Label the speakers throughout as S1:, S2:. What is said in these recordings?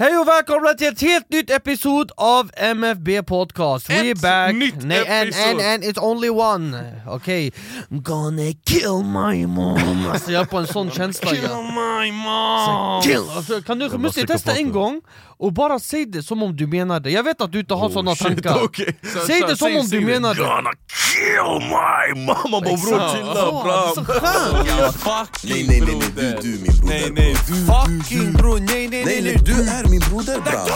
S1: Hej och välkomna till ett helt nytt episod av MFB Podcast!
S2: Ett
S1: We're back!
S2: nytt
S1: Nej, and,
S2: episod.
S1: and, and it's only one! Okej, I'm gonna kill my mom! Alltså jag är på en sån känsla
S2: Kill
S1: jag.
S2: my mom!
S1: Kill! Alltså, kan du Musti, testa en gång och bara säg det som om du menar det. Jag vet att du inte har såna tankar.
S2: okej. Så-
S1: Säg
S2: så-
S1: det som
S2: säg-
S1: om
S2: säg
S1: du
S2: det.
S1: menar det.
S2: Gonna kill my mama! Bara bror chilla
S1: Så
S2: bram!
S1: skönt!
S3: Nej nej nej nej du, du min broder
S2: Nej nej du,
S3: Fucking bror, nej nej nej nej du är min broder bra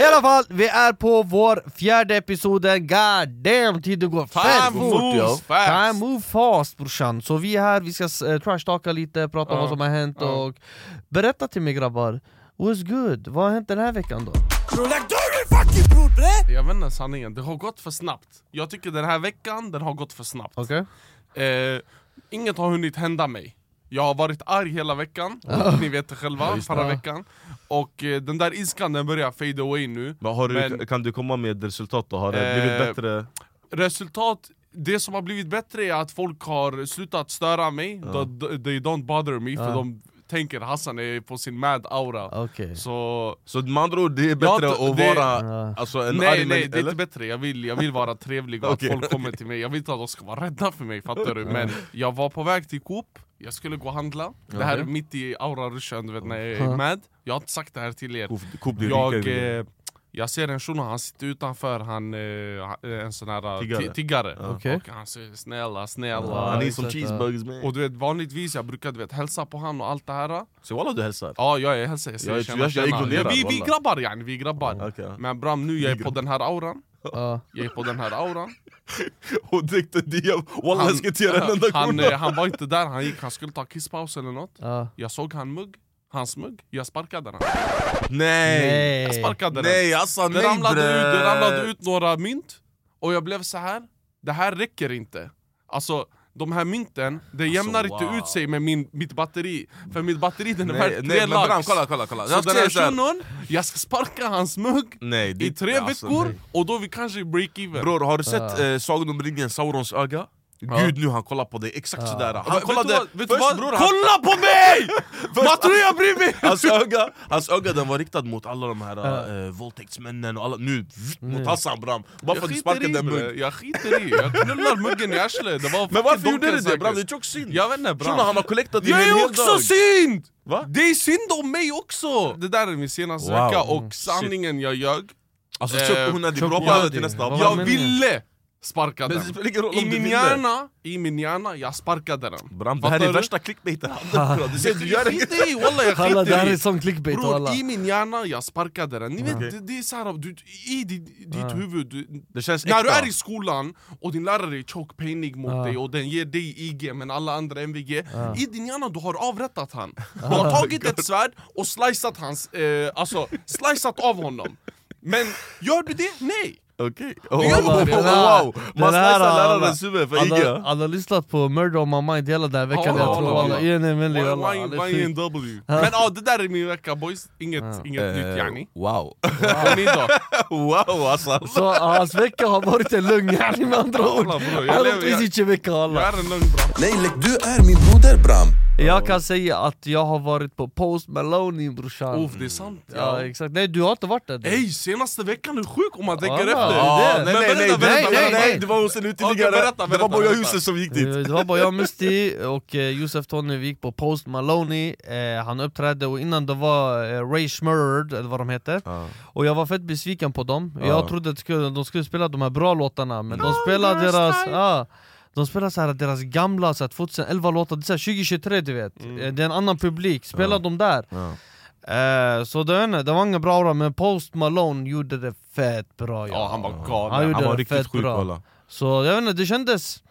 S1: I alla fall, vi är på vår fjärde episoden, god damn tiden går fett
S2: Time
S1: fort
S2: moves
S1: yo.
S2: fast.
S1: Time move fast brorsan, så vi är här, vi ska uh, trashtalka lite, prata om vad som har hänt och berätta till mig grabbar, what's good? Vad har hänt den här veckan då?
S2: Jag vet inte sanningen, det har gått för snabbt. Jag tycker den här veckan, den har gått för snabbt.
S1: Okej?
S2: Eh, inget har hunnit hända mig. Jag har varit arg hela veckan,
S1: Ah.
S2: ni vet det själva, förra veckan. Och eh, den där ilskan den börjar fade away nu.
S4: Men har du,
S2: Men-
S4: kan du komma med resultat då? Har det
S2: Eh,
S4: blivit bättre?
S2: Resultat, det som har blivit bättre är att folk har slutat störa mig. They, they don't bother me, för de tänker Hassan är på sin mad aura.
S1: Okej.
S2: Så
S4: Så med andra ord, det är bättre
S2: Ja,
S4: att
S2: det-
S4: vara
S1: Ja.
S4: alltså, en
S2: nej
S4: arg
S2: nej,
S4: män-
S2: det är
S4: eller?
S2: inte bättre, jag vill, jag vill vara trevlig och
S4: Okej,
S2: att folk kommer till mig Jag vill inte att de ska vara rädda för mig, fattar du? Men jag var på väg till Coop, jag skulle gå och handla Det här är mitt i aura-ruschen, du vet när jag är med Jag har inte sagt det här till er
S4: Kof- Kof blir
S2: Jag,
S4: rikare.
S2: eh, jag ser en shuno, han sitter utanför, han, eh, ha- en sån här eh,
S4: Tiggare.
S2: ti- tiggare
S1: Okej.
S2: Och han säger snälla, snälla
S4: Han är
S1: exakt,
S4: som
S1: ja.
S4: cheeseburgers man
S2: Och du vet vanligtvis, jag brukar du vet, hälsa på han och allt det här
S4: Så walla du hälsar?
S2: Ja, jag är hälsar, jag säger
S4: Jag-
S2: tjena,
S4: jag- jag
S2: tjena.
S4: ignorerar,
S2: vi, vi
S4: wallah.
S2: grabbar yani, vi grabbar
S4: Okej.
S2: Men Bram, nu jag är på den här auran
S1: Ja.
S2: jag är på den här auran
S4: Och direkt en DM, walla jag ska inte göra en enda
S2: han,
S4: krona!
S2: eh, han var inte där, han gick, han skulle ta kisspaus eller något
S1: Ja.
S2: Jag såg han mugg, hans mugg, jag sparkade den
S4: Nej!
S2: Jag
S1: Nej.
S2: sparkade den
S4: Nej Hassan,
S2: det
S4: nej
S2: ramlade,
S4: bre.
S2: ut, det ramlade ut några mynt, och jag blev så här. det här räcker inte Alltså, de här mynten, det jämnar inte
S4: Alltså, wow.
S2: ut sig med min, mitt batteri För mitt batteri den är
S4: Nej,
S2: värt
S4: nej
S2: tre
S4: men Bram,
S2: lax
S4: kolla kolla kolla!
S2: Så den här shunon, jag ska sparka hans mugg
S4: Nej, det-
S2: i tre
S4: alltså,
S2: veckor,
S4: nej.
S2: och då vi kanske break even
S4: Bror, har du sett eh, Sagan om ringen, Saurons öga? Gud nu han kollar på dig exakt sådär, han
S2: Vet du
S4: kollade
S2: vad- vet du
S4: först
S2: vad?
S4: bror han-
S2: Kolla på mig! Vad tror jag bryr mig?
S4: Hans öga, hans öga den var riktad mot alla de här uh. våldtäktsmännen och alla, nu vff, mot Hassan Bram, bara för
S2: Mm. Jag
S4: att du
S2: skiter, i,
S4: sparkade den
S2: bre.
S4: muggen
S2: jag skiter i, jag knullar muggen i arslet Det var
S4: Men varför
S2: fucking
S4: gjorde du
S2: donken
S4: det Bram? Det är
S2: säkert.
S4: tjock synd!
S2: Jag vet inte Bram
S4: Shunon han har collectat din
S2: Jag
S4: en
S2: är
S4: hel
S2: också
S4: dag!
S2: synd!
S4: Va?
S2: Det är synd om mig också! Det där är min senaste
S4: Wow. Mm.
S2: vecka och sanningen jag ljög
S4: Alltså
S2: Eh,
S4: tjock hon hade
S1: tjock
S4: droppat
S1: hon hade.
S4: till nästa
S1: Vad
S2: Jag
S1: menar du?
S2: ville sparka
S4: Men
S2: den
S4: det spelar ingen roll
S2: I
S4: om du
S2: min
S4: vinner!
S2: hjärna, i min hjärna, jag sparkade den
S4: Bram det här
S2: Fattar
S4: är
S2: du?
S4: värsta clickbaiten handen bra, du ser du gör
S2: Jag
S4: det!
S2: skiter i, wallah jag
S1: Alla, det här
S2: skiter
S1: är
S2: i!
S1: sån clickbait alla.
S2: Bror, i min hjärna, jag sparkade den. Ni vet,
S4: Okej.
S2: det, det är såhär, du, i ditt, ditt huvud, du,
S4: Det känns
S2: När du
S4: äkta.
S2: är i skolan och din lärare är tjock, peinig mot dig och den ger dig IG men alla andra MVG I din hjärna du har avrättat han Du har tagit ett svärd och sliceat hans, eh, alltså sliceat av honom Men gör du det? Nej!
S4: Okej, oh,
S2: Det är-
S4: wow, wow,
S1: Det här-
S4: wow.
S1: det här
S4: Man slicear
S1: alla-
S4: lärarens huvud för
S1: Alla,
S4: IG!
S1: alla har lyssnat på Murder on my mind hela den här veckan,
S2: Ja,
S1: jag
S2: alla,
S1: tror alla.
S2: alla.
S1: En är vänlig, alla. Alla
S2: Why-
S1: är
S2: why- why in
S1: sjuka.
S2: W? Men ja, det där är min vecka boys, inget, inget
S4: Eh.
S2: nytt yani
S4: Wow,
S2: Och ni då?
S4: wow alltså. Hassan!
S1: Så hans vecka har varit en lugn yani med andra ord.
S2: Alla, bror, jag
S1: Han har
S2: lever-
S1: åkt vecka alla.
S2: Jag är en lugn bra
S5: er
S3: Nej lek, du är min broder bram
S1: Jag kan säga att jag har varit på Post Maloney brorsan
S2: Uff, det är sant.
S1: Ja exakt, nej du har inte varit där du.
S2: Ey, senaste veckan, hur sjuk om man
S1: Ja,
S2: tänker
S1: ja.
S2: efter!
S1: Ja,
S4: nej,
S2: Men
S4: nej, nej,
S2: berätta,
S4: nej,
S2: berätta,
S4: nej,
S2: berätta.
S4: nej, det var hos en
S2: Okej,
S4: uteliggare,
S2: berätta,
S4: det var
S2: berätta,
S4: bojahusen
S2: berätta.
S4: som gick
S2: Mm.
S4: dit
S1: Eh, Det var bara jag, Musti och eh, Josef Tony vi gick på Post Maloney, eh, han uppträdde och innan det var eh, Ray Shmurd, eller vad de heter
S4: Ja.
S1: Och jag var fett besviken på dem,
S4: Ja.
S1: jag trodde att de skulle, de skulle spela de här bra låtarna men de spelade deras... Ja, de spelar så här, deras gamla så här, 2011 låtar, det är så här 2023 du vet Eh, Det är en annan publik, spela de där!
S4: Mm. Ja.
S1: Eh, så det, var inte- det var inga bra år, men Post Malone gjorde det fett bra
S2: Ja, han var galen.
S1: Han gjorde
S4: Han var
S1: det
S4: riktigt
S1: fett
S4: sjuk
S1: bra.
S4: walla
S1: Så jag vet inte, det kändes...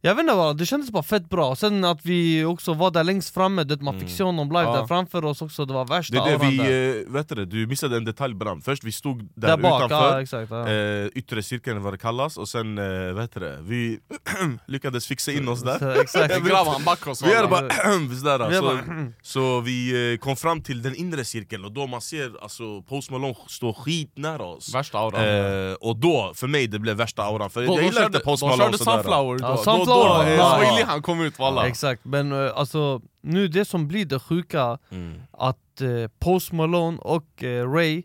S1: Jag vet inte vad, det kändes bara fett bra, Och sen att vi också var där längst framme, det, man fick se honom live
S2: Mm. Ja.
S1: där framför oss också, det var
S4: Det
S1: värsta
S4: är det
S1: auran där.
S4: vi, eh, vet du, det, du missade en detalj Bram, först vi stod där,
S1: där bak, ja,
S4: utanför
S1: exakt, ja.
S4: Eh, yttre cirkeln vad det kallas, och sen eh, vet du, det, vi lyckades fixa in oss
S2: eh,
S4: där
S1: Så, exakt.
S2: Grabbar, han backar oss.
S4: Vi är
S2: alla.
S4: bara sådär,
S1: Vi är
S4: så,
S1: bara-
S4: så vi eh, kom fram till den inre cirkeln och då man ser alltså, Post Malone stå skitnära oss
S2: Värsta auran.
S4: eh, Och då, för mig, det blev värsta auran, för
S2: Då-
S4: jag
S2: de
S4: gillar
S2: körde,
S4: inte Post
S2: de
S4: Malone
S2: körde
S4: sådär
S2: Sunflower då.
S1: Ja,
S2: Då, då,
S1: Sunflower,
S2: eh,
S1: ja.
S2: Swahili, han kom ut walla.
S1: exakt, men eh, alltså nu det som blir det sjuka,
S4: Mm.
S1: att eh, Post Malone och eh, Ray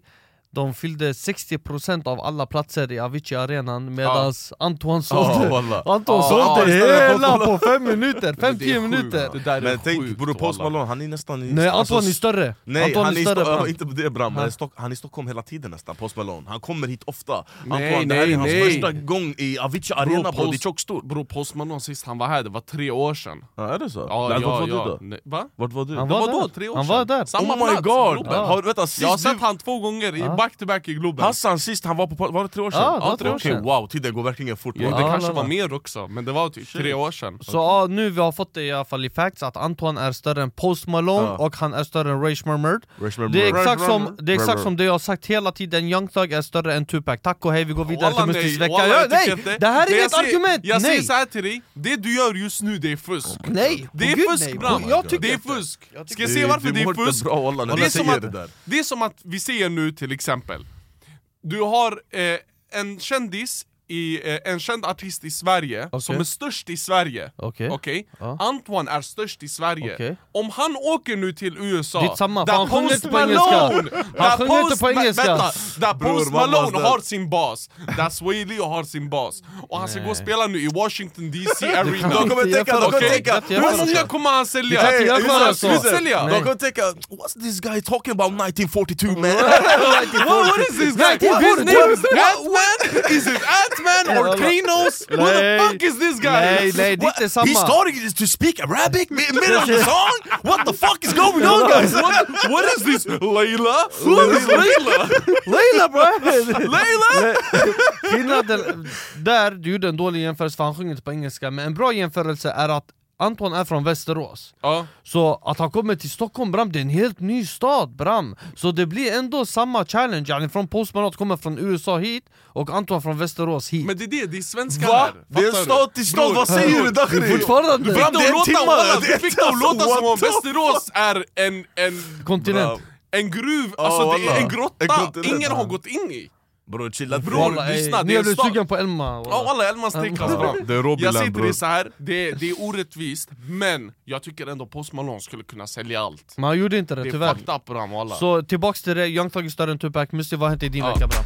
S1: de fyllde 60% av alla platser i Avicii arenan medan Antoine sålde,
S4: Ja, walla.
S1: Anton
S2: Ja,
S1: sålde
S4: ja, ställer på
S1: hela på 5 minuter,
S2: Men det är
S1: 5-10
S2: sjukt.
S1: minuter!
S2: Det där är
S4: Men tänk
S2: sjukt,
S4: bror, Post
S2: walla.
S4: Malone han är nästan i...
S1: Nej
S4: alltså,
S1: Antoine är större!
S4: Nej,
S1: Antoine
S4: han är i
S1: större
S4: Sto-
S1: Bram.
S4: ja, inte på det Bram, men
S1: Nej.
S4: Stock, han är i Stockholm hela tiden nästan, Post Malone Han kommer hit ofta
S2: Nej,
S4: Antoine, det här
S2: nej,
S4: är hans
S2: nej.
S4: första gång i Avicii Arena bro, det är
S2: Post-
S4: tjockt stort
S2: Bro, Post Malone sist han var här, det var tre år sedan.
S4: ja, Är det så?
S2: Ja,
S4: Men
S2: ja,
S4: vart var du
S2: ja.
S4: då?
S2: Nej, Va?
S4: Vart var du?
S1: Han
S2: Det
S1: var
S2: var
S1: där.
S2: då, tre år
S1: Han var
S2: sedan.
S1: där.
S2: Samma
S4: oh my
S2: plats,
S4: god!
S2: Globen.
S1: Ja.
S4: Har, vänta, sist
S2: Jag har
S4: du-
S2: sett han två gånger i
S1: Ja.
S2: back-to-back i Globen.
S4: Hassan sist, han var på, var det tre år sedan?
S1: Ja, det var tre år
S4: Okej,
S1: sedan.
S4: wow, tiden går verkligen fort
S2: Ja,
S1: Ja,
S2: det kanske
S1: alla
S2: var
S1: var.
S2: mer också, men det var typ tre år sedan.
S1: Så ja, nu vi har fått det i alla fall i facts att Antoine är större än Post Malone
S4: Ja.
S1: och han är större än Ray Shmurmur
S4: Rashmore
S1: Det är
S4: Murray.
S1: exakt som det, är exakt
S4: Murray.
S1: som det jag har sagt hela tiden, Young Thug är större än Tupac Tack och hej, vi går vidare
S2: Wallah,
S1: till Mustis
S2: nej,
S1: vecka
S2: wallah,
S1: ja,
S2: jag tycker
S1: Nej!
S2: inte.
S1: Det här är
S2: Men jag
S1: inget
S2: säger-
S1: argument!
S2: Jag
S1: nej!
S2: säger såhär till dig, det du gör just nu det är fusk.
S1: nej! Åh,
S2: Det är
S1: gud, Oh nej.
S2: fusk Bram!
S1: Jag tycker
S2: Det är
S1: inte.
S2: fusk!
S1: Jag tycker
S2: Ska jag se varför
S4: du,
S2: det
S4: du mår
S2: är
S4: inte
S2: fusk?
S4: bra wallah, när
S2: Det är,
S4: jag
S2: som
S4: säger
S2: att,
S4: det där
S2: det är som att vi ser nu till exempel, du har eh, en kändis, i, eh, en känd artist i Sverige som är störst i Sverige.
S1: Okej.
S2: Okej?
S1: Ja.
S2: Antoine är störst i Sverige.
S1: Okej.
S2: Om han åker nu till USA,
S1: Det är samma, för
S2: där
S1: han sjunger
S2: Post
S1: inte på engelska.
S2: Malone-
S1: Han
S2: där
S1: sjunger inte
S2: Post
S1: på
S2: Ma-
S1: engelska.
S2: Vänta, där
S4: Bror,
S2: Post
S4: mammas
S2: Malone
S4: död.
S2: har sin bas, där Sway Lee har sin bas, och han ska gå och spela nu i Washington DC Arena.
S4: De kommer
S1: Inte
S4: tänka, de
S1: jämföra,
S4: kommer
S1: okej.
S4: tänka
S1: Inte jämföra,
S4: "What's
S2: Hur
S1: alltså.
S2: många kommer han sälja?
S1: kan inte göra
S2: Hur många
S1: så.
S2: kommer han sälja?
S1: Nej.
S4: De kommer tänka What's this guy talking about 1942 man?
S2: What, what is this?
S1: Nej,
S2: guy?
S1: det är
S2: What-
S1: business.
S2: his name is Ant-Man? Is it Ant-Man or Kranos? What the
S1: Nej.
S2: fuck is this guy?
S1: Nej, nej, det är inte
S4: He
S1: samma!
S4: started to speak Arabic mid middle of the song? What the fuck is going on guys?
S2: What, what is this? Layla? Who is Layla?
S1: Leila bra!
S2: Layla?
S1: Skillnaden där, du gjorde en dålig jämförelse för han sjunger inte på engelska, men en bra jämförelse är att Anton är från Västerås,
S2: Ja,
S1: så att han kommer till Stockholm Bram, det är en helt ny stad Bram! Så det blir ändå samma challenge, yani från Post Malone kommer från USA hit, och Anton från Västerås hit
S2: men det är det, det är svenskar
S4: Va?
S2: här.
S4: Det är
S2: Fattar
S4: en
S2: du?
S4: stat till stat,
S2: Bror,
S4: vad säger du Dakhri?
S1: Fortfarande!
S4: Bram,
S2: Du
S4: det är en
S2: fick det
S4: timme!
S2: att låta-
S4: det är alltså
S2: Du fick det att låta som om
S4: What the
S2: Västerås är en... en
S1: Kontinent!
S2: en gruv,
S4: Ja,
S2: alltså det
S4: wallah.
S2: är en
S4: En
S2: grotta
S4: kontinent,
S2: ingen
S4: ja.
S2: har gått in i.
S4: Bror chilla
S2: Bror,
S1: Walla, ey,
S2: lyssna, det
S1: Nu
S2: är
S1: är
S2: en
S1: du
S2: stad.
S1: sugen på Elma!
S2: Ja
S1: walla.
S2: walla, Elman stekas
S1: Ja,
S2: bra.
S4: det är Robiland,
S2: Jag säger till
S4: bror.
S2: dig så här, det, det är orättvist, men jag tycker ändå Post Malone skulle kunna sälja allt.
S1: Men han gjorde inte det
S2: Det är
S1: tyvärr
S2: fucked up bram walla.
S1: Så tillbaks till det, Young Thug är större än Tupac, Musti vad har hänt i din
S2: Ja.
S1: vecka Bram?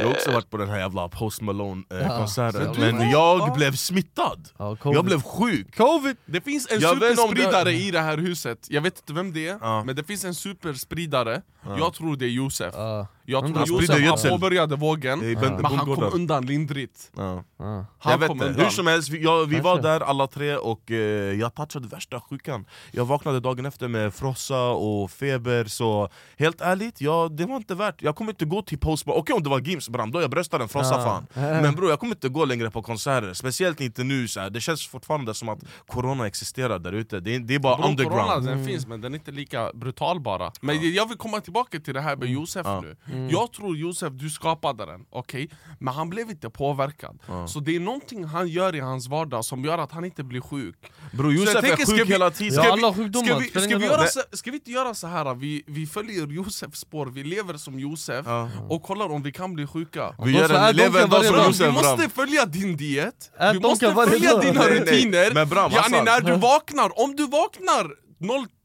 S4: Jag har också varit på den här jävla Post Malone-konserten,
S1: Ja,
S4: men jag blev smittad!
S1: Ja, covid.
S4: Jag blev sjuk!
S2: Covid! Det finns en
S4: Jag vet inte om det-
S2: superspridare i det här huset, jag vet inte vem det är,
S4: Ja.
S2: men det finns en superspridare, jag tror det är Josef.
S1: Ja.
S2: Jag
S1: Han
S2: tror
S4: sprider
S2: Josef han
S4: gödsel.
S2: påbörjade vågen,
S4: I
S2: men han kom
S4: bondgårdar.
S2: undan lindrigt.
S4: Ja.
S2: Han
S4: jag vet
S2: kom
S4: inte,
S2: undan.
S4: hur som helst, vi, jag, vi var
S1: Kanske.
S4: där alla tre och eh, jag touchade värsta sjukan Jag vaknade dagen efter med frossa och feber, så helt ärligt, jag, det var inte värt Jag kommer inte gå till Post Malone, okej om det var Gims bram, då jag bröstar den frossa
S1: Ja.
S4: fan Men bror jag kommer inte gå längre på konserter, speciellt inte nu så här. Det känns fortfarande som att corona existerar där ute, det, är- det är bara
S2: Bro,
S4: underground
S1: Mm. Mm.
S2: Corona, den finns men den är inte lika brutal bara. Men jag vill komma tillbaka till det här med Josef
S4: Ja.
S2: nu. Jag tror Josef, du skapade den, okej? Men han blev inte påverkad. Så det är någonting han gör i hans vardag som gör att han inte blir sjuk.
S4: Bror
S2: Så
S4: Josef
S2: jag
S4: är
S2: tänker,
S4: sjuk
S2: ska vi-
S4: hela tiden.
S1: Ja,
S2: Ska
S1: alla
S2: vi,
S1: sjukdomar,
S2: ska, vi,
S1: spelar
S2: ska,
S1: ingen
S2: vi
S1: roll.
S2: göra så, ska vi inte göra så här? Vi, vi följer Josefs spår, vi lever som Josef
S4: Ja.
S2: och kollar om vi kan bli sjuka.
S4: Vi
S1: Då
S4: gör
S1: så här,
S4: en,
S1: de
S4: lever
S1: kan
S4: en dag
S1: varje
S4: som
S1: dag.
S2: Bram, du
S4: Josef Bram.
S2: måste följa din diet,
S1: Ät
S2: du
S1: Äh, donka
S2: måste
S1: varje
S2: följa
S1: dag.
S2: dina
S4: Nej, nej.
S2: rutiner.
S4: Men Bram,
S2: yani,
S4: Hassan.
S2: när du vaknar, om du vaknar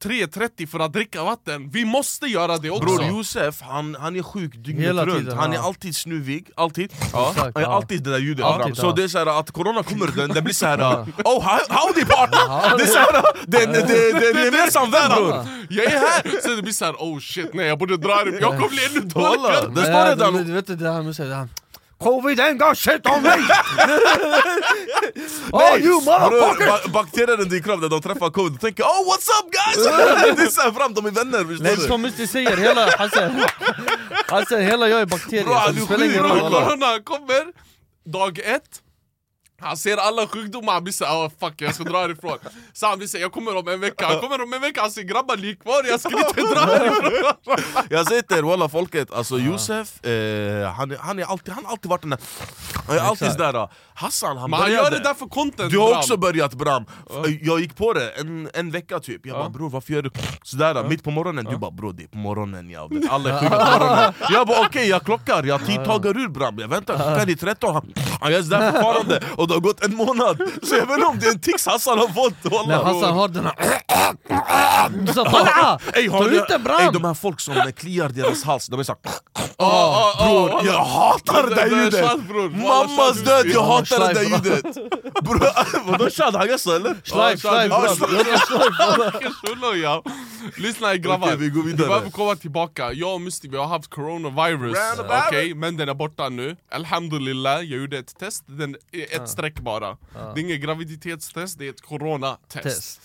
S2: 03.30 för att dricka vatten, vi måste göra det också!
S4: Bror Josef, han, han är sjuk dygnet
S1: Hela
S4: runt,
S1: tiden,
S4: han
S1: ja.
S4: är alltid snuvig, alltid ja.
S1: Exakt,
S4: Han är
S1: ja.
S4: alltid det där ljudet
S1: Alltid,
S4: Abraham.
S1: ja.
S4: Så det är såhär att corona kommer, den, den blir såhär Oh how- howdy partner! Det är såhär, den, den, den, den är gemensam värld bror!
S2: jag är här! Sen det blir såhär, oh shit, nej jag borde dra det, jag kommer bli ännu
S4: Walla,
S2: torkad!
S4: det
S1: Ja,
S4: står
S1: du-
S4: redan!
S1: Du vet det där med säger Covid ain't got shit on me! oh you
S4: Bror,
S1: motherfucker!
S4: ba- bakterierna i din kropp när de träffar covid, de tänker oh what's up guys! Det är såhär fram, de är vänner
S1: Nej
S2: Alltså,
S4: förstår du?
S1: som Musti säger, hela, han säger, han säger hela jag är bakterier
S2: Bro,
S1: så
S2: han
S1: det
S2: är
S1: spelar
S2: sjuk
S1: ingen
S2: bror,
S1: roll alla.
S2: Corona, han kommer, dag ett han ser alla sjukdomar, han blir såhär oh, 'fuck jag ska dra härifrån' Så han blir såhär 'jag kommer om en vecka' Han kommer om en vecka, han säger 'grabbar ni är kvar, jag ska inte dra härifrån'
S4: Jag säger till er walla folket, alltså Josef, eh, han, är- han, är alltid, han har alltid varit den där... Han är alltid
S1: Exakt.
S4: sådär Hassan, han
S2: Men han gör
S4: började-
S2: det där för content
S4: Du har
S2: Bram.
S4: också börjat Bram! Jag gick på det en, en vecka typ, jag bara bror varför gör du sådär mitt på morgonen? Du bara bror det är på morgonen jag vet. alla är sjuka på morgonen Jag bara okej jag klockar, jag tidtagar ur Bram, jag väntar klockan är 13 han, han gör sådär fortfarande och det har gått en månad Så jag vet inte om det är en tics Hassan har fått
S1: Nej
S4: walla.
S1: Hassan har den här... Så ah! tala!
S4: Ey, har
S1: Ta
S4: ni-
S1: ut den
S4: Ey, de
S1: Bram!
S4: här folk som kliar deras hals, de är såhär
S2: Ah, Ja, ja, ja,
S4: Bror, jag hatar det där
S2: Det där är
S4: ljudet!
S2: sant, ah, bror. Walla,
S4: Mammas
S2: sant.
S4: död, jag
S1: Ja,
S4: hatar det där
S1: sant, bra.
S4: ljudet!
S2: ah,
S4: Bror, vadå Shad, han gör så eller?
S1: Schleif,
S2: alltså, Ja,
S1: schleif
S2: ja,
S1: Bram!
S2: schleif.
S1: Jag tar schleif.
S2: Vilken shulla ja. Lyssna grabbar,
S4: Okej, vi går vidare.
S2: behöver komma tillbaka. Jag och Musti vi har haft coronavirus,
S4: Roundabout.
S2: okej? Men den är borta nu. Alhamdulillah, jag gjorde ett test, den är ett streck bara. Det är inget graviditetstest, det är ett coronatest.
S1: Test.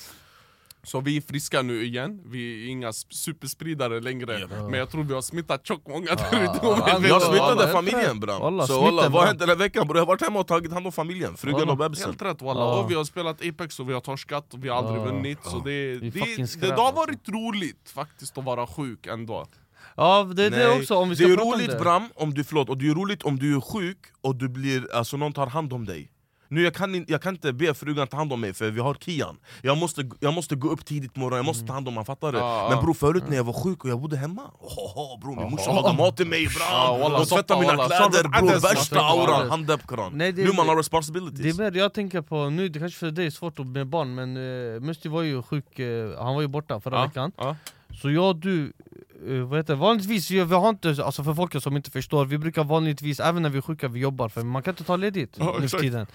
S2: Så vi är friska nu igen, vi är inga sp- superspridare längre. Men jag tror vi har smittat tjockt många där ute. om
S1: Ja,
S2: vi
S4: Jag
S2: vet.
S4: smittade
S1: Walla,
S4: familjen
S1: helt rätt.
S4: bram,
S1: Walla,
S4: så
S1: smitten,
S4: walla, vad
S1: bram.
S4: hände den här veckan bror? Jag har varit hemma och tagit hand om familjen, frugan
S1: Walla,
S4: och bebisen
S2: Helt rätt walla,
S1: Ja.
S2: och vi har spelat Apex och vi har torskat och vi har aldrig vunnit så det, det,
S1: Vi
S2: det,
S1: fucking
S2: det,
S1: skräp,
S2: har
S1: alltså.
S2: varit roligt faktiskt att vara sjuk ändå
S1: Ja det är det också om vi ska
S4: det är
S1: prata om
S4: roligt
S1: det.
S4: bram, om du, förlåt, och det är roligt om du är sjuk och du blir, alltså, någon tar hand om dig nu, jag, kan, in- jag kan inte be frugan ta hand om mig för vi har Kian Jag måste, jag måste gå upp tidigt på morgonen, jag
S1: Mm.
S4: måste ta hand om honom, fattar du?
S2: Ja,
S4: Men
S2: ja.
S4: bror förut när jag var sjuk och jag bodde hemma, oh, bror min morsa lagade mat till mig
S2: Ja,
S4: bram!
S2: walla,
S4: Hon tvättade
S2: soppa,
S4: mina
S2: walla.
S4: kläder
S2: Soppa,
S4: bror,
S2: adress,
S4: värsta
S2: soppa,
S4: auran,
S1: adress.
S4: handöpkran!
S1: Nej, det är-
S4: Nu man har
S1: Det är
S4: responsibilities
S1: mer det jag tänker på nu, det kanske för dig är svårt att- med barn men eh, Musti var ju sjuk, eh, han var ju borta förra
S2: Ja,
S1: veckan
S2: ja.
S1: Så jag och du, eh, vad heter det? vanligtvis, vi vi har inte, alltså för folk som inte förstår, vi brukar vanligtvis, även när vi är sjuka, vi jobbar för man kan inte ta ledigt
S2: Ja,
S1: nu för
S2: exakt.
S1: tiden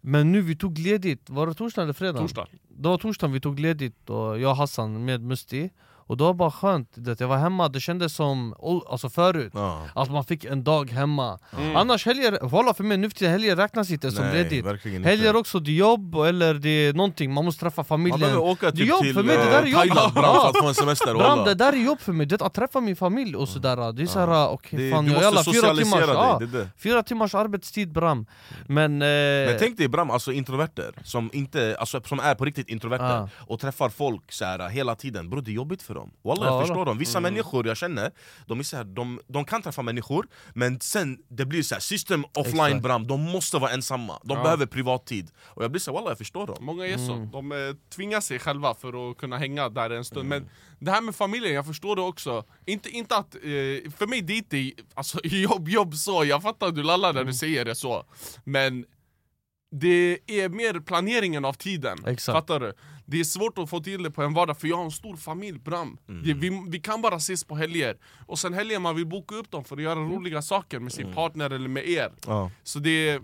S1: Men nu vi tog ledigt, var det torsdag eller fredag?
S2: Torsdag.
S1: Det var torsdagen vi tog ledigt, och jag och Hassan med Musti Och det var bara skönt, det, jag var hemma, det kändes som, oh, alltså förut
S4: Ja. Mm.
S1: Att man fick en dag hemma Annars helger, walla för mig nu för tiden, helger räknas inte som
S4: Nej,
S1: ledigt
S4: verkligen inte.
S1: Helger också, det är jobb eller det är någonting, man måste träffa familjen
S4: Man behöver åka
S1: Det är
S4: typ
S1: jobb
S4: till
S1: för mig, det
S4: eh,
S1: där är jobb!
S4: Thailand bram, för
S1: Ja.
S4: att få en semester
S1: Bram,
S4: walla.
S1: det där är jobb för mig, det är att träffa min familj och sådär Det är såhär, ah, okej
S4: Det-
S1: fan,
S4: du
S1: jag
S4: måste
S1: jävlar, fyra
S4: socialisera
S1: timmars,
S4: dig,
S1: ja,
S4: det är det.
S1: fyra timmars arbetstid Bram Men... Eh,
S4: Men tänk dig Bram, alltså introverter som, inte, alltså, som är på riktigt introverter
S1: Ah.
S4: och träffar folk så här, eh, hela tiden, bror det är jobbigt för dem Wallah,
S1: Ja,
S4: jag förstår
S1: då.
S4: dem,
S2: Mm.
S4: vissa människor jag känner, de, är så här, de, de kan träffa människor men sen det blir så här, system offline
S1: Exakt.
S4: Bram, de måste vara ensamma, de
S2: Ja.
S4: behöver privattid Och jag blir såhär, wallah jag förstår dem
S2: Många är så, de eh, tvingar sig själva för att kunna hänga där en stund Men det här med familjen, jag förstår det också Inte, inte att, eh, för mig det är inte alltså, jobb, jobb så Jag fattar att du lallar när du säger det så Men det är mer planeringen av tiden,
S1: Exakt.
S2: fattar du? Det är svårt att få till det på en vardag för jag har en stor familj Bram Det- vi, vi kan bara ses på helger Och sen helger man vill boka upp dem för att göra roliga saker med sin partner eller med er
S4: Ja.
S2: Så det...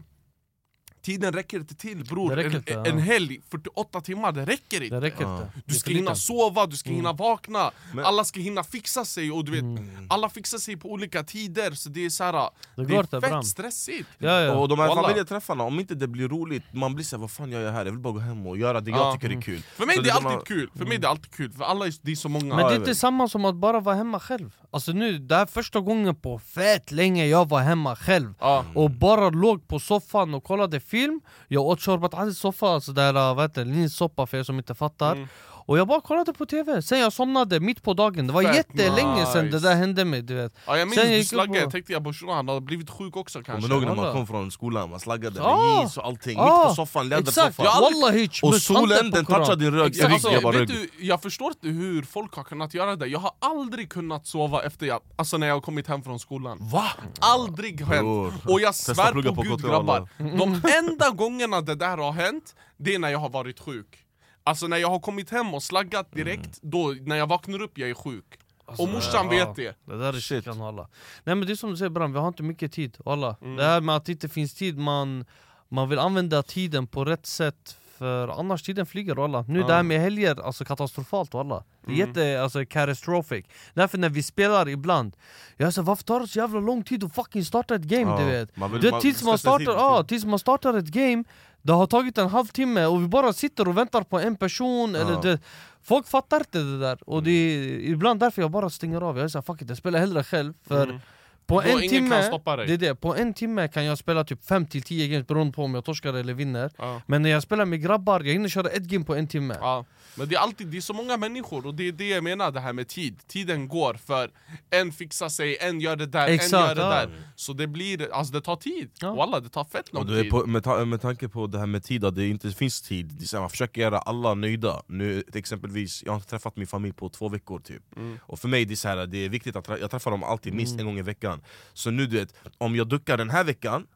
S2: Tiden räcker inte till bror,
S1: Det räcker
S2: en,
S1: inte, ja.
S2: en helg, 48 timmar, det räcker inte!
S1: det räcker inte Mm. Det
S2: Du
S1: är
S2: ska
S1: för lite.
S2: hinna sova, du ska hinna vakna,
S4: Men-
S2: alla ska hinna fixa sig och du vet, alla fixar sig på olika tider så det är såhär, det,
S1: Mm. går inte
S2: är fett
S1: fram.
S2: stressigt!
S1: ja, ja.
S4: Och de här
S2: Wallah.
S4: familjeträffarna, om inte det blir roligt, man blir såhär vad fan gör jag här? Jag vill bara gå hem och göra det jag
S2: Ja. Mm.
S4: tycker är kul
S2: För mig
S4: Så
S2: det är
S4: kan man-
S2: alltid kul, för mig det är alltid kul, för alla är, det är så många
S1: Mm. Men det är
S4: jag
S1: inte
S4: vet.
S1: samma som att bara vara hemma själv Alltså nu, det här är första gången på fett länge jag var hemma själv
S2: Ja.
S1: Och bara låg på soffan
S2: Mm.
S1: och kollade film Jag åt shorbat ali soffa, alltså där, äh, vad heter det, linssoppa för er som inte fattar Och jag bara kollade på TV, sen jag somnade mitt på dagen, det var
S2: Fett
S1: jättelänge sen det
S2: nice.
S1: där hände mig du vet
S2: Ja, jag minns
S1: Sen jag
S2: du
S1: gick upp
S2: slaggade,
S1: och-
S2: jag tänkte jag brorsan han har blivit sjuk också
S4: Kommer
S2: kanske
S4: du ihåg när
S1: Alla.
S4: man kom från skolan, man slaggade
S1: Ja.
S4: med jeans och allting,
S1: Ja,
S4: mitt på soffan,
S1: Exakt,
S4: lädersoffan
S1: wallahi
S4: Och
S1: buss, handen
S4: solen
S1: på
S4: den
S1: koran.
S4: touchade din rygg,
S2: Exakt,
S4: rygg, jag
S2: alltså,
S4: bara
S2: vet
S4: rygg
S2: du, jag förstår inte hur folk har kunnat göra det, jag har aldrig kunnat sova efter jag, alltså när jag har kommit hem från skolan
S4: Va?
S2: Aldrig hänt!
S4: Bror.
S2: Och jag
S4: Testa
S2: svär
S4: plugga
S2: på,
S4: på
S2: gud
S4: KTH,
S2: grabbar, de enda gångerna det där har hänt, det är när jag har varit sjuk Alltså när jag har kommit hem och slaggat direkt,
S4: Mm.
S2: då när jag vaknar upp jag är sjuk
S4: Alltså,
S2: Och morsan
S1: ja.
S2: vet det
S1: Det där är
S4: Shit.
S1: shit alla. Nej men det är som du säger Bram, vi har inte mycket tid alla.
S4: Mm.
S1: Det här med att det inte finns tid, man, man vill använda tiden på rätt sätt för annars tiden flyger alla. Nu det här med helger, alltså katastrofalt alla. Det är
S4: Mm.
S1: jätte, alltså catastrophic. Därför när vi spelar ibland, jag säger varför tar det så jävla lång tid att fucking starta ett game
S4: Ja,
S1: du vet?
S4: man vill-
S1: du,
S4: man-
S1: vet, tills, man
S4: stressar
S1: startar,
S4: till-
S1: ja, tills man startar ett game, det har tagit en halvtimme och vi bara sitter och väntar på en person eller det, Folk fattar inte det där, och det är
S2: Mm.
S1: ibland därför jag bara stänger av, jag är såhär fuck it, jag spelar hellre själv för På
S2: Mm.
S1: en
S2: Då ingen
S1: timme,
S2: kan stoppa dig.
S1: det är det, på en timme kan jag spela typ 5-10 games beroende på om jag torskar eller vinner
S2: Ja.
S1: Men när jag spelar med grabbar, jag hinner köra ett game på en timme
S2: Ja, men det är alltid det är så många människor och det är det jag menar det här med tid. Tiden går för en fixar sig, en gör det där,
S1: Exakt,
S2: en gör det
S1: ja.
S2: där. Så det blir, alltså det tar tid.
S1: Ja.
S2: Walla, det tar fett lång
S4: Och det är
S2: tid.
S4: på, med, ta, med tanke på det här med tid, att det inte finns tid det är så här, Man försöker göra alla nöjda nu, till Exempelvis, jag har inte träffat min familj på två veckor typ
S1: Mm.
S4: Och för mig det är så här, det är viktigt att trä- jag träffar dem alltid minst en gång i veckan Så nu du vet, om jag duckar den här veckan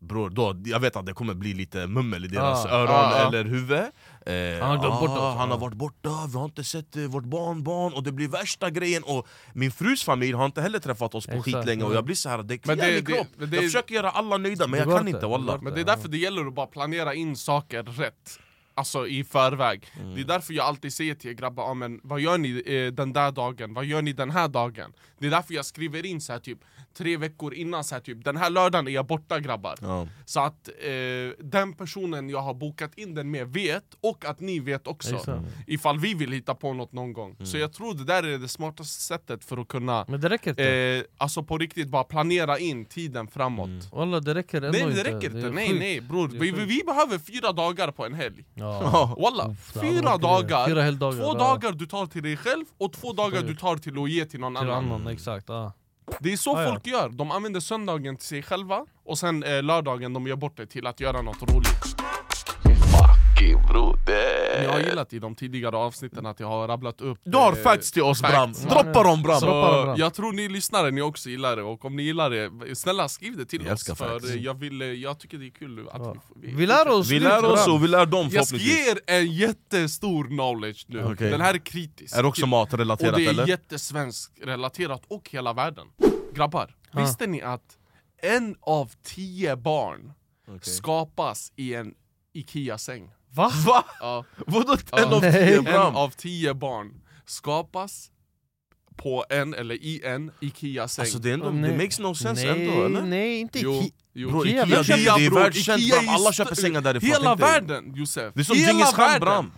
S4: Bror, då, jag vet att det kommer bli lite mummel i deras
S1: Ah.
S4: öron
S2: Ah, ah.
S4: eller huvud Eh,
S1: Han har glömt bort oss.
S4: han har varit borta, vi har inte sett eh, vårt barnbarn och det blir värsta grejen och Min frus familj har inte heller träffat oss på
S1: Exakt.
S4: skitlänge och jag blir så här, det kliar
S2: Men det-
S4: i min
S2: det-
S4: kropp
S2: men det-
S4: Jag försöker göra alla nöjda men
S1: Det
S4: jag
S1: går
S4: kan
S1: inte,
S4: inte
S1: det
S4: wallah
S1: går
S2: Men det är därför det gäller att bara planera in saker rätt. Alltså i förväg.
S1: Mm.
S2: Det är därför jag alltid säger till er grabbar, ah, men, vad gör ni eh, den där dagen? Vad gör ni den här dagen? Det är därför jag skriver in så här typ tre veckor innan, så här, typ den här lördagen är jag borta grabbar.
S4: Ja.
S2: Så att eh, den personen jag har bokat in den med vet, och att ni vet också.
S1: Exakt.
S2: Ifall vi vill hitta på något någon gång. Så jag tror det där är det smartaste sättet för att kunna,
S1: Mm. Men det Mm. räcker inte,
S2: eh, alltså på riktigt bara planera in tiden framåt.
S1: Walla, det räcker ändå
S2: Nej det
S1: inte
S2: räcker
S1: är
S2: inte, nej
S1: sjukt.
S2: nej bror.
S1: Det är
S2: Vi,
S1: sjukt.
S2: vi behöver fyra dagar på en helg.
S1: Ja.
S2: Walla,
S1: Uff, det hade
S2: fyra
S1: varit grejer.
S2: dagar.
S1: Fyra helgdagar,
S2: Två
S1: ja.
S2: dagar du tar till dig själv och två dagar du tar till att ge till någon
S1: Till
S2: annan.
S1: annan, exakt ja.
S2: Det är så
S1: Ja, ja.
S2: folk gör. De använder söndagen till sig själva och sen eh, lördagen de gör bort det till att göra något roligt.
S3: Fucking broder.
S1: Eh,
S2: Ni har gillat i de tidigare avsnitten att jag har rabblat upp...
S4: Du har
S2: eh,
S4: facts till oss Bram,
S2: facts.
S4: droppa dem Bram!
S1: Droppa dem,
S2: Så
S1: Bram.
S2: jag tror ni lyssnare ni också gillar det, och om ni gillar det, snälla skriv det till
S4: Jag
S2: oss
S4: älskar
S2: för
S4: facts.
S2: eh, jag, vill, eh, jag tycker det är kul att
S1: Ja.
S2: vi, får-
S1: Vi lär oss
S4: Vi
S1: nu,
S4: lär oss
S1: Bram.
S4: och vi lär dem
S2: Jag ska
S4: förhoppningsvis
S2: ge er en jättestor knowledge nu,
S4: Okej.
S2: den här är kritisk
S4: Är det också
S2: Och
S4: matrelaterat
S2: det är
S4: eller?
S2: jättesvensk relaterat och hela världen Grabbar, visste ni att en av tio barn skapas i en IKEA-säng?
S1: Va?
S4: Va?
S2: Ja,
S4: Vadå
S2: ja.
S4: en av tio
S2: en
S4: Bram?
S2: av tio barn skapas på en, eller i en, IKEA-säng
S4: Alltså det, är ändå, det
S1: Nej.
S4: makes no sense
S1: nej,
S4: ändå eller?
S1: Nej, inte i
S2: Jo,
S1: ki-
S2: jo.
S4: Bro,
S1: Ikea,
S4: Ikea,
S1: vem
S4: det,
S1: köper-
S4: det är
S2: bror,
S4: världskänt
S2: Ikea
S4: Bram,
S2: är
S4: alla
S2: stö-
S4: köper sängar därifrån
S2: Hela
S4: tänk dig.
S2: världen Josef!
S4: Det är som
S2: Hela
S4: Djingis Khan
S2: världen.
S4: Bram!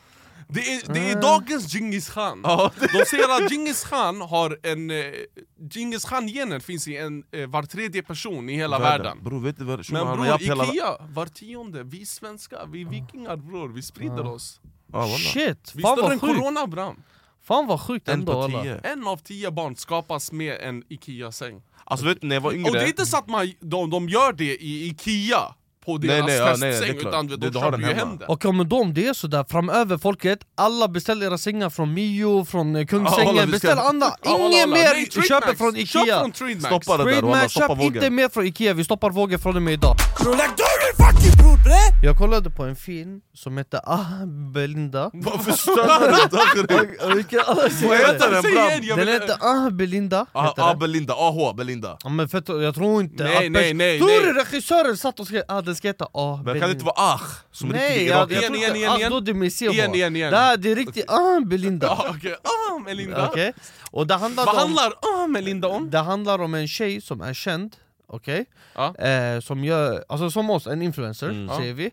S2: Det är, det är dagens Djingis Khan. De säger att Djingis Khan har en... Eh, Djingis Khan-genen finns i en, eh, var tredje person i hela världen.
S4: Bro, vet du vad?
S2: Men
S4: shunon, han har
S2: bror,
S4: japp hela-
S2: Ikea, var tionde, vi svenskar, vi är vikingar bror, vi sprider oss.
S4: Ja, wallah.
S1: Shit,
S2: Vi
S1: fan
S2: stöder
S1: vad
S2: en
S1: sjukt!
S2: corona Bram.
S1: Fan vad sjukt
S4: En
S1: ändå
S4: på
S1: alla.
S4: tio
S2: En av tio barn skapas med en Ikea-säng.
S4: Alltså vet du när jag var
S2: Och det
S4: yngre
S2: är inte så att man, de, de gör det i Ikea, på
S4: Nej,
S2: deras
S4: nej, ja, nej, det är
S2: testsäng,
S4: klart.
S2: utan
S4: Du-
S2: de, de
S4: du har
S2: köper
S4: den
S2: ju
S4: hemma.
S2: hem den.
S1: Och om de det är sådär framöver folket, alla beställer era sängar från Mio, från eh,
S4: Ja,
S1: Kungsängen,
S4: alla, vi ska-
S1: beställ andra,
S2: Ja, walla,
S1: ingen
S2: walla.
S1: mer
S2: Nej,
S1: köper
S2: Trademax.
S1: från
S2: Köp
S1: Ikea!
S2: från Trademax!
S4: Stoppa det där
S1: Trademark,
S4: wallah, stoppa
S1: köp inte
S4: vågen
S1: mer från Ikea, vi stoppar vågen från och med idag!
S3: Bror lägg dörren fucking bror bre!
S1: Jag kollade på en film som hette Ah Belinda
S4: Varför stör du dig?
S1: Och vilken- alla
S4: Vad
S1: säger
S4: heter
S1: det.
S4: den
S2: Säg
S4: Bram?
S2: igen, jag
S1: Den
S2: vill-
S1: hette Ah Belinda,
S4: Ah,
S1: heter
S4: ah,
S1: den.
S4: Belinda, AH Belinda
S1: Ja, men fett, jag tror inte
S2: Nej,
S1: att
S2: nej,
S1: pers-
S2: nej,
S1: Tror du
S2: nej.
S1: regissören satt och skrev ah den ska heta Ah
S4: Men kan det inte
S1: Belinda?
S4: vara AH? Som
S1: Nej,
S4: riktig
S1: jag,
S4: irakier?
S1: jag
S2: Igen,
S1: tror
S2: igen,
S1: inte,
S2: igen,
S1: ah,
S2: igen.
S1: då det Messi
S2: Igen,
S1: var.
S2: igen, igen.
S1: Det här det är riktigt Ah Belinda!
S2: Ja, okej. Ah, Melinda!
S1: Okej? Och det handlade
S2: Vad
S1: om...
S2: handlar ah, Melinda om?
S1: Det handlar om en tjej som är känd, okej?
S2: Ja. Mm.
S1: Eh, som gör, alltså som oss, en influencer säger vi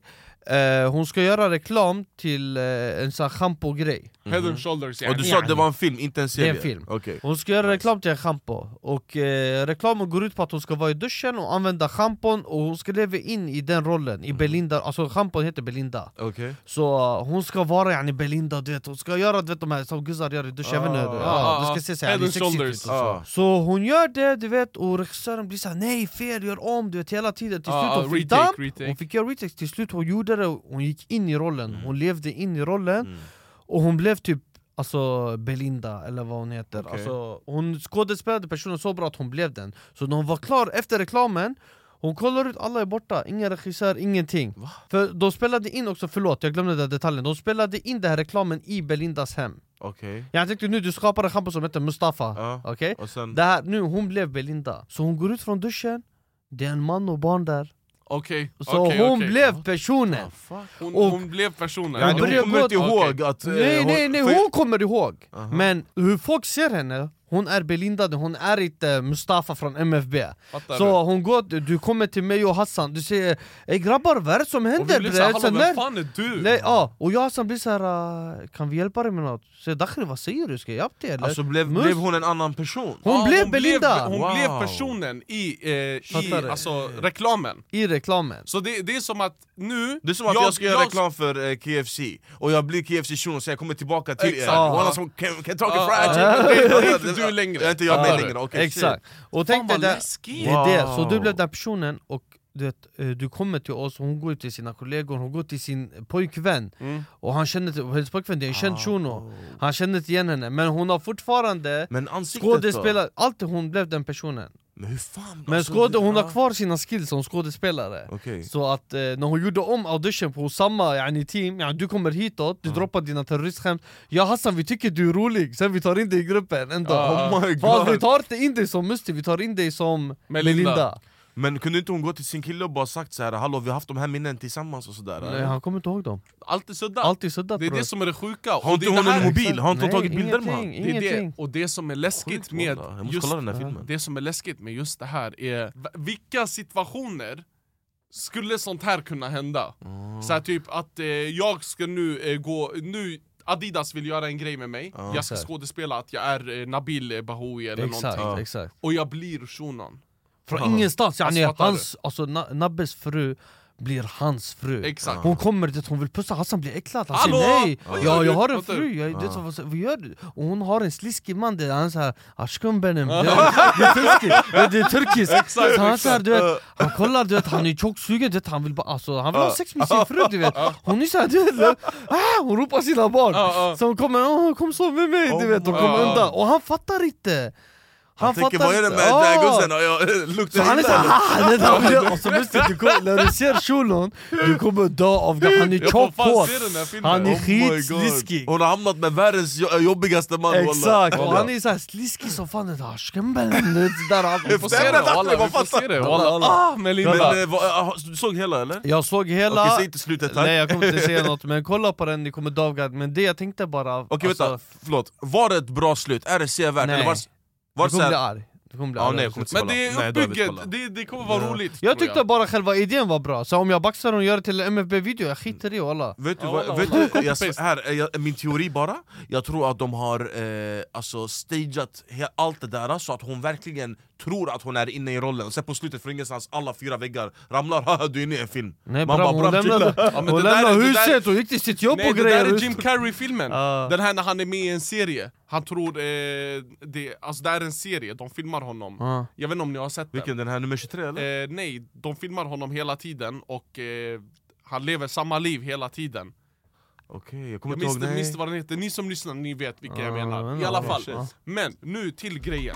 S1: eh, hon ska göra reklam till eh, en sån här schampo-grej
S2: Head and shoulders
S4: Mhm. Och du
S2: yani.
S4: sa att det var en film, inte en
S1: är
S4: serie?
S1: en film.
S4: Okej.
S1: Hon ska göra reklam till en schampo, och eh, reklamen går ut på att hon ska vara i duschen och använda schampon och hon ska leva in i den rollen,
S2: Mm.
S1: i Belinda, alltså schampon heter Belinda
S4: Okej.
S1: Så eh, hon ska vara yani Belinda, du vet, hon ska göra du vet, de här som guzzar gör i duschen, jag vet inte,
S2: Ah,
S1: ja,
S2: ah,
S1: det
S2: ah.
S1: ska se så här,
S2: Head
S1: det är
S2: and
S1: sexigt liksom.
S2: shoulders.
S1: ut och så.
S4: Ah.
S1: Så hon gör det, du vet, och regissören blir såhär nej, fel, gör om, du vet hela tiden Till
S2: Ja,
S1: slut
S2: ja,
S1: hon fick
S2: retake,
S1: damp,
S2: retake. Mm.
S1: hon fick göra retakes, till slut hon gjorde det, och hon gick in i rollen, hon levde in i rollen Och hon blev typ Alltså Belinda eller vad hon heter,
S4: Okej.
S1: alltså, hon skådespelade personen så bra att hon blev den Så när hon var klar efter reklamen, hon kollar ut, alla är borta, ingen regissör, ingenting För de spelade in också, förlåt jag glömde den detaljen, de spelade in den här reklamen i Belindas hem
S4: Okej.
S1: Jag tänkte nu, du skapar en schampo som heter Mustafa,
S4: Ja.
S1: okej?
S4: Och
S2: Mm.
S4: sen...
S1: Det här, nu, hon blev Belinda, så hon går ut från duschen, det är en man och barn där
S2: Okej,
S1: Så
S2: okej,
S1: hon
S2: okej.
S1: blev personen!
S2: Hon,
S1: och-
S2: hon blev personen.
S4: Ja,
S1: Jag
S4: hon
S1: börjar
S4: kommer
S1: gå-
S4: inte ihåg att... eh,
S1: nej
S4: hon-
S1: nej nej,
S4: för-
S1: hon kommer ihåg! Men hur folk ser henne, hon är Belinda, hon är inte Mustafa från MFB
S2: Fattar du?
S1: Så hon går, du kommer till mig och Hassan, du säger Ey grabbar vad är det som
S2: Och vi
S1: händer? bre?
S2: blev såhär, hallå
S1: Sen när-
S2: vem fan är du?
S1: Nej, ja, och jag och Hassan blir såhär, kan vi hjälpa dig med något? Säger Dakhri vad säger du? Ska jag hjälpa dig eller?
S4: Alltså blev,
S1: Mus-
S4: blev hon en annan person?
S1: hon
S2: Ja,
S1: blev Belinda!
S2: Blev, hon
S4: Wow.
S2: blev personen i, eh, i
S1: Fattar du?
S2: alltså, reklamen.
S1: I reklamen
S2: Så det, det är som att nu...
S4: Det är som att jag, ska göra reklam för eh, KFC, och jag blir KFC-shun sen jag kommer tillbaka till
S2: Exakt.
S4: er
S1: Ja.
S4: Walla som Ken- Kentucky
S2: Ja,
S4: Fried
S2: ja.
S4: Chicken
S2: Det är inte du längre.
S4: Det är inte jag
S2: Ja.
S4: med längre, okej
S1: Exakt, och
S2: Fan
S1: tänk dig
S2: vad
S1: det,
S2: läskigt!
S1: det är det,
S4: Wow.
S1: så du blev den här personen och du, vet, eh, du kommer till oss, hon går till sina kollegor, hon går till sin pojkvän
S2: Mm.
S1: Och han känner till, och hennes pojkvän det är en känd
S2: Ah.
S1: shuno Han känner inte igen henne, men hon har fortfarande
S4: Men ansiktet då?
S1: skådespelar, alltid hon blev den personen
S4: Men hur fan?
S1: Men
S4: alltså,
S1: skåde,
S4: det-
S1: hon
S4: ja.
S1: har kvar sina skills som skådespelare
S4: Okej.
S1: Så att eh, när hon gjorde om audition på samma yani, team, yani, du kommer hitåt, du droppar dina terroristskämt Jag och Hassan vi tycker du är rolig, sen vi tar in dig i gruppen en dag
S2: Ja.
S4: Oh my
S1: Fast vi
S4: god!
S1: tar inte in dig som Musti, vi tar in dig som
S2: Melinda.
S1: Melinda,
S4: Men kunde inte hon gå till sin kille och bara sagt så här, Hallå vi har haft de här minnen tillsammans och sådär?
S1: Nej, han kommer inte ihåg dem,
S2: Allt är suddat.
S1: alltid suddat
S2: det är
S1: bror.
S2: det som är det sjuka.
S4: Har
S2: Och det
S4: inte
S2: är
S4: hon
S2: det här-
S4: en mobil? Har inte hon
S1: Nej,
S4: tagit bilder med
S1: ingenting,
S4: honom?
S2: Det är det,
S1: ingenting.
S2: och det som är läskigt
S4: Jag
S2: med
S4: måste
S2: just
S4: kolla den här filmen
S2: Det som är läskigt med just det här är v- vilka situationer skulle sånt här kunna hända?
S4: Ah.
S2: Så här, typ att eh, jag ska nu eh, gå, nu Adidas vill göra en grej med mig,
S4: Ah.
S2: jag ska
S1: Exakt.
S2: skådespela att jag är eh, Nabil eh, Bahoui eller
S1: Exakt,
S4: Ah.
S2: någonting
S1: exakt
S2: Och jag blir shunon
S1: Från ingenstans, yani
S2: fattar
S1: hans, alltså Na- Nabbes fru blir hans fru
S2: Exakt.
S1: Hon kommer dit, hon vill pussa Hassan blir äcklad, han
S2: Hallå?
S1: säger nej!
S2: Vad gör
S1: Ja, jag
S2: du?
S1: har en
S2: Fattar
S1: fru,
S2: du?
S1: jag, det, vad, vad gör du? Och hon har en sliskig man, det är han såhär Ashkun benim, det är det är turkisk, det är turkisk. Så han, så här, du vet, han kollar, du vet, han är tjocksugen, du vet, han vill bara alltså, han vill ha sex med sin fru du vet Hon är såhär, du vet, ah, hon ropar sina
S2: Ja, Oh ja.
S1: barn Så hon kommer, "Åh, kom sov med mig, du vet, hon kommer
S2: Ja.
S1: undan Och han fattar inte!
S4: Han tänker vad är det med
S1: inte.
S4: den här
S1: Ja.
S4: gossen? Ja, jag
S1: Så
S4: Luktar
S1: han är
S4: illa,
S1: såhär,
S4: eller?
S1: "Ah, han är där, och så måste du kolla, när du ser shunon, du kommer dö av det, han är
S2: Jag får fan
S1: tjockhårig!
S2: se den här filmen!
S1: Han är
S4: Oh my god.
S1: skitsliskig!
S4: Hon har hamnat med världens jo- jobbigaste man walla.
S1: Exakt! Och
S4: Walla.
S1: han är såhär sliskig som fan, det där skämmen, det där
S2: Vi
S1: han...
S2: får se
S4: Stämmer
S2: det,
S4: tack,
S2: walla,
S4: vad
S2: vi får
S4: fattar.
S2: se det!
S1: Walla,
S2: Walla.
S1: walla.
S2: Ah, Melinda!
S4: Men eh, vad- ah, du såg hela eller?
S1: Jag såg hela...
S4: Okej säg inte slutet tack
S1: Nej jag kommer inte säga något, men kolla på den, ni kommer dö av garv. Men det jag tänkte bara... alltså,
S4: Okej vänta, förlåt, var det ett bra slut? Är det sevärt?
S1: Nej.
S4: Eller var, var
S1: du
S4: det
S1: kommer bli
S4: såhär...
S1: arg. Du kommer bli
S4: Ja,
S1: arg.
S4: nej, jag kommer inte
S2: Men det
S4: kolla.
S2: är
S4: Nej, då har vi
S2: uppbygget,
S4: kollat.
S2: det, det kommer vara roligt tror
S1: Jag tyckte bara själva idén var bra, så om jag baxar och gör det till en MFB-video, jag skiter i alla.
S4: Vet du,
S2: Ja,
S4: vad,
S2: walla,
S4: vet
S2: walla.
S4: du jag, s- här, eh, jag, min teori bara, jag tror att de har eh, alltså stageat he, allt det där så att hon verkligen tror att hon är inne i rollen, och sen på slutet från ingenstans alla fyra väggar ramlar haha du är inne i en film
S1: Nej
S4: Man
S1: bra,
S4: bara,
S1: hon
S4: "Bram,
S1: lämnade,
S4: chilla."
S2: men
S1: hon
S2: det där är-
S1: lämnade
S2: det där-
S1: huset och gick till sitt jobb
S2: Nej
S1: och
S2: det där
S1: grejer.
S2: är Jim Carrey-filmen,
S1: Ja.
S2: den här när han är med i en serie Han tror eh, det, alltså det är en serie, de filmar honom
S1: Ja.
S2: Jag vet inte om ni har sett den?
S4: Vilken, den här nummer 23 eller?
S2: Eh, nej, de filmar honom hela tiden och eh, han lever samma liv hela tiden.
S4: Okej, jag kommer
S2: Jag
S4: inte
S2: minns,
S4: ihåg,
S2: jag minns inte
S4: nej
S2: vad den heter, ni som lyssnar ni vet vilka jag
S1: Ah,
S2: menar.
S1: men
S2: I alla
S1: ja,
S2: fall.
S1: shit.
S2: Men nu till grejen.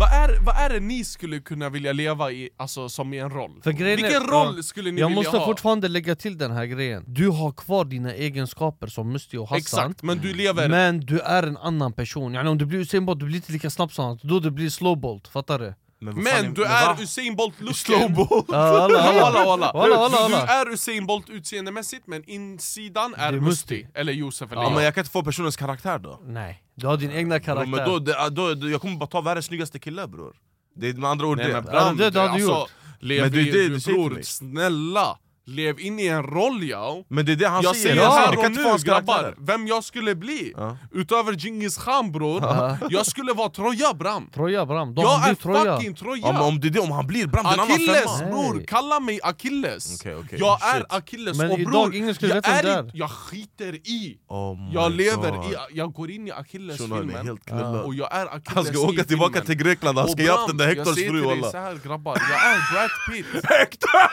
S2: Vad är, vad är det ni skulle kunna vilja leva i, alltså som i en roll?
S1: För grejen är-
S2: Vilken roll skulle ni
S1: Jag
S2: vilja
S1: måste
S2: ha?
S1: fortfarande lägga till den här grejen, du har kvar dina egenskaper som Musti och Hassan
S2: Exakt, men du lever-
S1: Men du är en annan person, yani om du blir Usain Bolt, du blir inte lika snabb som han, då du blir slowbolt, fattar du?
S2: Men du är Usain Bolt looken! Slowbolt!
S1: Ja,
S2: Walla
S1: walla, walla.
S2: walla!
S1: Walla, walla,
S2: Du
S1: walla.
S2: är Usain Bolt utseendemässigt, men insidan är
S1: Det är Musti.
S2: Musti, eller Josef eller
S4: Ja, men
S2: jag.
S4: jag kan inte få personens karaktär då
S1: Nej, du har din egna
S4: Bro,
S1: karaktär
S4: men då, det- då, då, Jag kommer bara ta världens snyggaste kille bror Det är med andra ord
S2: Nej,
S4: det
S2: men
S1: Ja,
S2: Bram,
S1: det- det hade du
S2: alltså,
S1: gjort.
S2: lev
S4: Men det är
S2: i,
S4: det
S2: du
S4: du säger till
S2: bror,
S4: mig.
S2: snälla! Lev in i en roll ja.
S4: Men det är det han
S2: Jag
S4: säger,
S2: säger
S4: han säger
S2: här
S4: du
S2: och
S4: kan inte få
S2: nu
S4: hans
S2: grabbar,
S4: karaktär
S2: vem jag skulle bli!
S4: Ja.
S2: Utöver Djingis Khan bror, jag skulle vara Troja Bram!
S1: Troja bram, då
S2: Jag
S1: har
S2: är
S1: du Troja
S2: fucking Troja!
S4: ja, men om det är det, om han blir Bram, det är en annan
S2: Akilles
S4: femma.
S2: bror,
S1: Nej.
S2: kalla mig Akilles!
S4: Okej, okej,
S2: jag är
S4: shit.
S2: Akilles
S1: Men
S2: och
S1: idag,
S2: bror,
S1: ingen skulle
S2: jag,
S1: veta vem
S2: är
S1: det
S2: i, jag skiter i!
S4: Oh my
S2: jag lever
S4: God.
S2: i, jag går in i Akilles
S4: Shunon, det är
S2: filmen
S4: helt knullat.
S2: och jag är Akilles
S4: Han ska
S2: i
S4: åka tillbaka
S2: filmen.
S4: till Grekland, han
S2: Och
S4: ska ge upp
S2: Bram,
S4: den där
S2: Jag
S4: Hectors
S2: säger
S4: fru
S2: till dig
S4: walla
S2: så här grabbar, jag är Brad Pitt!
S4: Hector!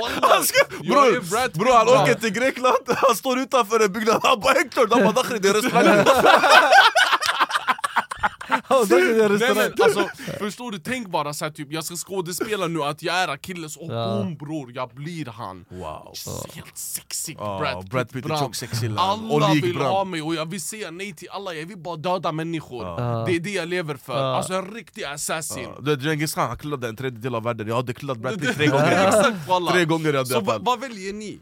S2: Wallah,
S4: Han ska,
S2: jag är Brad
S4: bror,
S2: Pitt,
S4: bror han
S2: bra.
S4: åker till Grekland, han står utanför en byggnad, han bara Hector, de bara Dakhri det är restaurangen
S2: Nej, men, alltså, förstår du? Tänk bara så här, typ, jag ska skådespela nu att jag är Akilles och
S1: Ja.
S2: boom bror, jag blir han!
S4: Wow
S2: Helt sexig
S4: Ja,
S2: Brad Pitt,
S4: Brad Pitt är
S2: Bram.
S4: tjock, sexig land.
S2: Alla
S4: Och lik
S2: vill
S4: Bram.
S2: ha mig och jag vill säga nej till alla, jag vill bara döda människor
S1: Ja.
S2: Det är det jag lever för,
S1: Ja.
S2: alltså en riktig assassin
S4: alltså, Du vet Djengis Khan, han knullade en tredjedel av världen, jag hade knullat Brad Pitt tre
S2: Det är
S4: gånger
S2: Exakt walla!
S4: Tre gånger i alla
S2: Så vad,
S4: fall.
S2: vad väljer ni?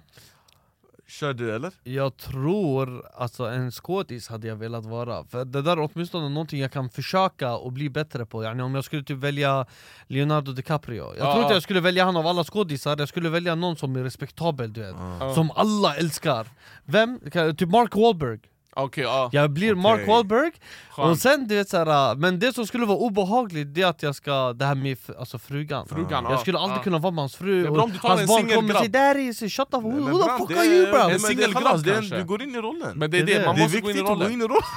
S4: Kör du eller?
S1: Jag tror, alltså en skådis hade jag velat vara, för det där är åtminstone någonting jag kan försöka och bli bättre på yani Om jag skulle typ välja Leonardo DiCaprio, jag
S2: Ja.
S1: tror inte jag skulle välja han av alla skådisar, jag skulle välja någon som är respektabel du vet, som alla älskar Vem? Ka- Typ Mark Wahlberg
S2: Okej, ja.
S1: jag blir Mark
S4: Okej.
S1: Wahlberg,
S2: Skönt.
S1: och sen du vet såhär, men det som skulle vara obehagligt det är att jag ska, det här med f- alltså frugan,
S2: Frugan, ja.
S1: Jag skulle aldrig
S2: Ja.
S1: kunna vara med hans
S2: Det
S1: fru,
S2: är bra
S1: och
S2: om du tar en
S1: hans barn
S2: singel
S1: kommer och
S2: grabb.
S1: säger 'Där is a shut the
S4: Nej, men
S1: who the
S4: Bram,
S1: fuck
S4: det
S1: are
S4: är-
S1: you bro?'
S2: En
S4: men det är
S2: singelgrabb
S4: chalas, det är en-
S2: kanske.
S4: Du går in i rollen
S2: Men det är
S1: Det är
S2: det,
S1: det.
S2: man
S4: Det är
S2: måste gå in i
S4: viktigt att gå
S2: rollen
S4: in i rollen!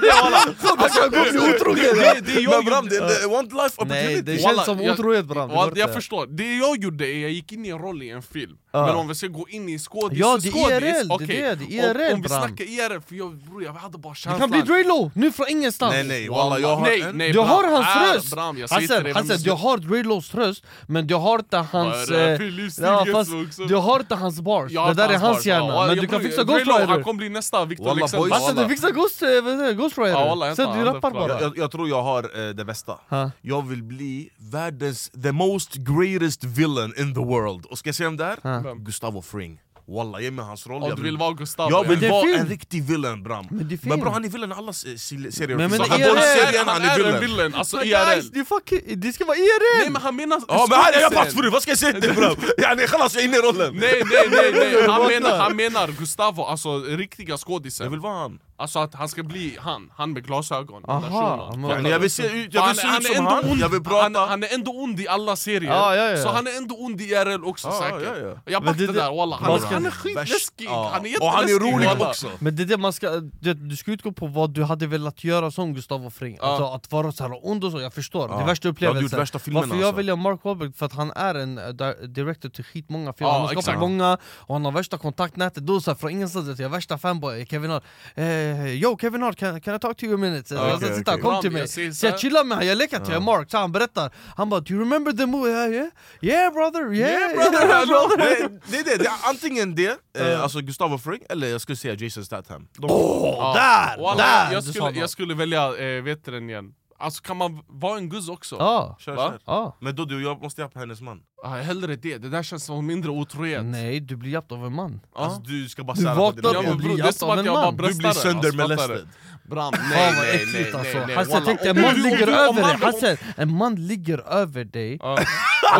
S2: Det är walla.
S4: Alltså, jag kommer bli otrogen!
S2: Det- det är jag
S4: Men Bram,
S2: gjorde.
S4: det är one life
S1: Nej
S4: opportunity!
S1: det
S2: Walla,
S1: känns som
S2: jag-
S1: otrohet bram, det
S2: Ja,
S1: går
S2: jag
S1: inte.
S2: förstår, det jag gjorde är jag gick in i en roll i en film
S1: Ja.
S2: Men om vi ska gå in i skådis,
S1: Ja, det är
S2: skådis
S1: IRL, det är
S2: okej.
S1: det, det är
S2: Om-
S1: IRL,
S2: Om vi
S1: Bram.
S2: snackar IRL, för jag, bror, jag hade bara
S1: Det
S2: känslan
S1: kan bli Draylo, nu från ingenstans!
S4: Nej nej, walla jag har
S2: nej,
S4: en...
S2: nej,
S1: Du
S2: Bram,
S1: har hans
S2: är-
S1: röst!
S2: Bram, jag säger till
S1: Hassan,
S2: dig,
S1: Hassan,
S2: men-
S1: du har Draylos röst, men du har inte hans...
S2: det här
S1: eh,
S2: för livsstil
S1: ja,
S2: just
S1: fast
S2: nu också?
S1: du har inte hans bars,
S2: Jag har
S1: det där är
S2: hans
S1: hans
S2: bars,
S1: hjärna,
S2: ja.
S1: men
S2: Jag
S1: du kan
S2: blir-
S1: fixa
S2: Drelo,
S1: Ghost Rider!
S2: Han kommer bli nästa Victor
S4: Walla,
S2: Alexander
S4: boys.
S1: Hassan
S4: Walla.
S1: du fixar Ghost, eh, Ghost Rider!
S2: Ja, walla, jag
S1: Sen
S2: tar
S1: du
S2: han,
S1: rappar
S2: det är
S1: bara!
S2: bra.
S4: Jag, jag, jag tror jag har eh, det bästa.
S1: Ha.
S4: Jag vill bli världens, the most greatest villain in the world. Och ska jag säga vem det är?
S1: Ha.
S4: Gustavo Fring. Walla, ge mig hans roll.
S2: Ja,
S4: jag
S2: du vill vara Gustavo
S4: jag
S2: ja.
S4: vill
S1: Det är
S4: vara
S1: film.
S4: en riktig villain Bram.
S1: Men det är
S4: Men bro,
S1: film.
S4: han är villain i alla se- se- serier.
S1: Men- men
S4: Så han
S1: det är-
S4: både serien, han
S2: Han
S4: är
S2: är en
S4: villain.
S2: villain, alltså
S1: Men
S2: IRL
S1: guys, det, är fucking, det ska vara IRL!
S2: Nej men han menar
S4: Ja men här är jag
S2: skådisen.
S4: pass för vad ska jag säga till dig bro? Yani khalas, jag är inne i rollen.
S2: Nej nej nej, nej. Han, menar, han menar Gustavo, alltså riktiga
S4: Jag vill
S2: skådisen
S4: vara han.
S2: Alltså att han ska bli han, han med glasögon den där
S1: Aha,
S2: shunon.
S1: men-
S4: Yani, jag vill se ut, jag
S2: Han,
S4: vill se
S2: han,
S4: ut
S2: är
S4: som
S2: ändå
S4: han,
S2: ond,
S4: jag vill
S2: han,
S4: prata.
S2: han är ändå ond i alla serier,
S1: Ja, ja, ja.
S2: så han är ändå ond i IRL också
S4: Ja,
S2: säkert
S4: ja, ja.
S2: Jag
S1: Men
S2: backar
S1: det- det-
S2: där walla, han,
S1: vad
S2: är-
S1: ska
S2: han är
S1: ni-
S2: skitläskig,
S4: Ja.
S2: han är
S4: Och han är
S2: jätteläskig
S4: rolig
S2: walla.
S4: också.
S1: Men det är det man ska, du, vet, du ska utgå på vad du hade velat göra som Gustavo Fring
S2: Ja.
S1: Alltså att vara så här ond och så, jag förstår, det
S4: Ja.
S1: är värsta
S4: Jag hade gjort
S1: upplevelsen
S4: värsta filmerna,
S1: Varför jag
S4: alltså.
S1: väljer Mark Wahlberg? För att han är en eh, di- director till skitmånga filmer,
S2: Ja,
S1: han har
S2: exakt.
S1: skapat många och han har värsta kontaktnätet Då så här, från ingenstans, vet jag, jag är värsta fanboy, Kevin Hart eh, Yo Kevin Hart, can, can I talk to you a minute? Alltså,
S4: Ja,
S1: Okay,
S4: okej,
S1: okay, titta,
S4: okej.
S1: kom
S2: Bra,
S1: till
S2: men jag
S1: mig!
S2: ser så
S1: Så
S2: här-
S1: jag chillar med honom, jag lekar till jag är Mark, så han berättar Han bara 'Do you remember the movie?' Yeah, yeah, yeah brother, yeah,
S4: Brother, brother. Det, det är det, det är antingen det, eh, alltså Gustavo Fring, eller jag skulle säga Jason Statham De,
S2: Ja.
S1: Där!
S2: Walla,
S1: där!
S2: Jag
S1: Du sa
S2: skulle, jag
S1: något.
S2: skulle välja, eh, vet du den igen? Alltså kan man vara en guzz också?
S1: Ja,
S4: kör,
S2: Va?
S4: kör.
S1: ja
S4: Men då du, jag måste hjälpa hennes man
S2: Ah, hellre det, det där känns som mindre otrohet
S1: Nej, du blir hjälpt av en man
S4: Alltså du ska bara
S1: Du
S4: sära på
S1: vaknar
S4: dina
S2: Ja, men
S4: ben
S1: blir
S2: bror, det är
S1: jappad
S2: som
S1: av
S2: att
S1: en
S2: jag bara alltså,
S1: man.
S4: Du
S2: bröstar
S4: blir
S2: det,
S4: söndermolestad
S2: Bram, nej
S1: Fan vad
S2: nej nej
S1: äckligt
S2: nej,
S1: alltså,
S2: nej
S1: Hassan
S2: walla.
S1: tänk dig,
S2: Om
S1: en man
S2: du- om
S1: ligger
S2: du- om
S1: över dig,
S2: han-
S1: Hassan, en man ligger över dig
S2: Ja.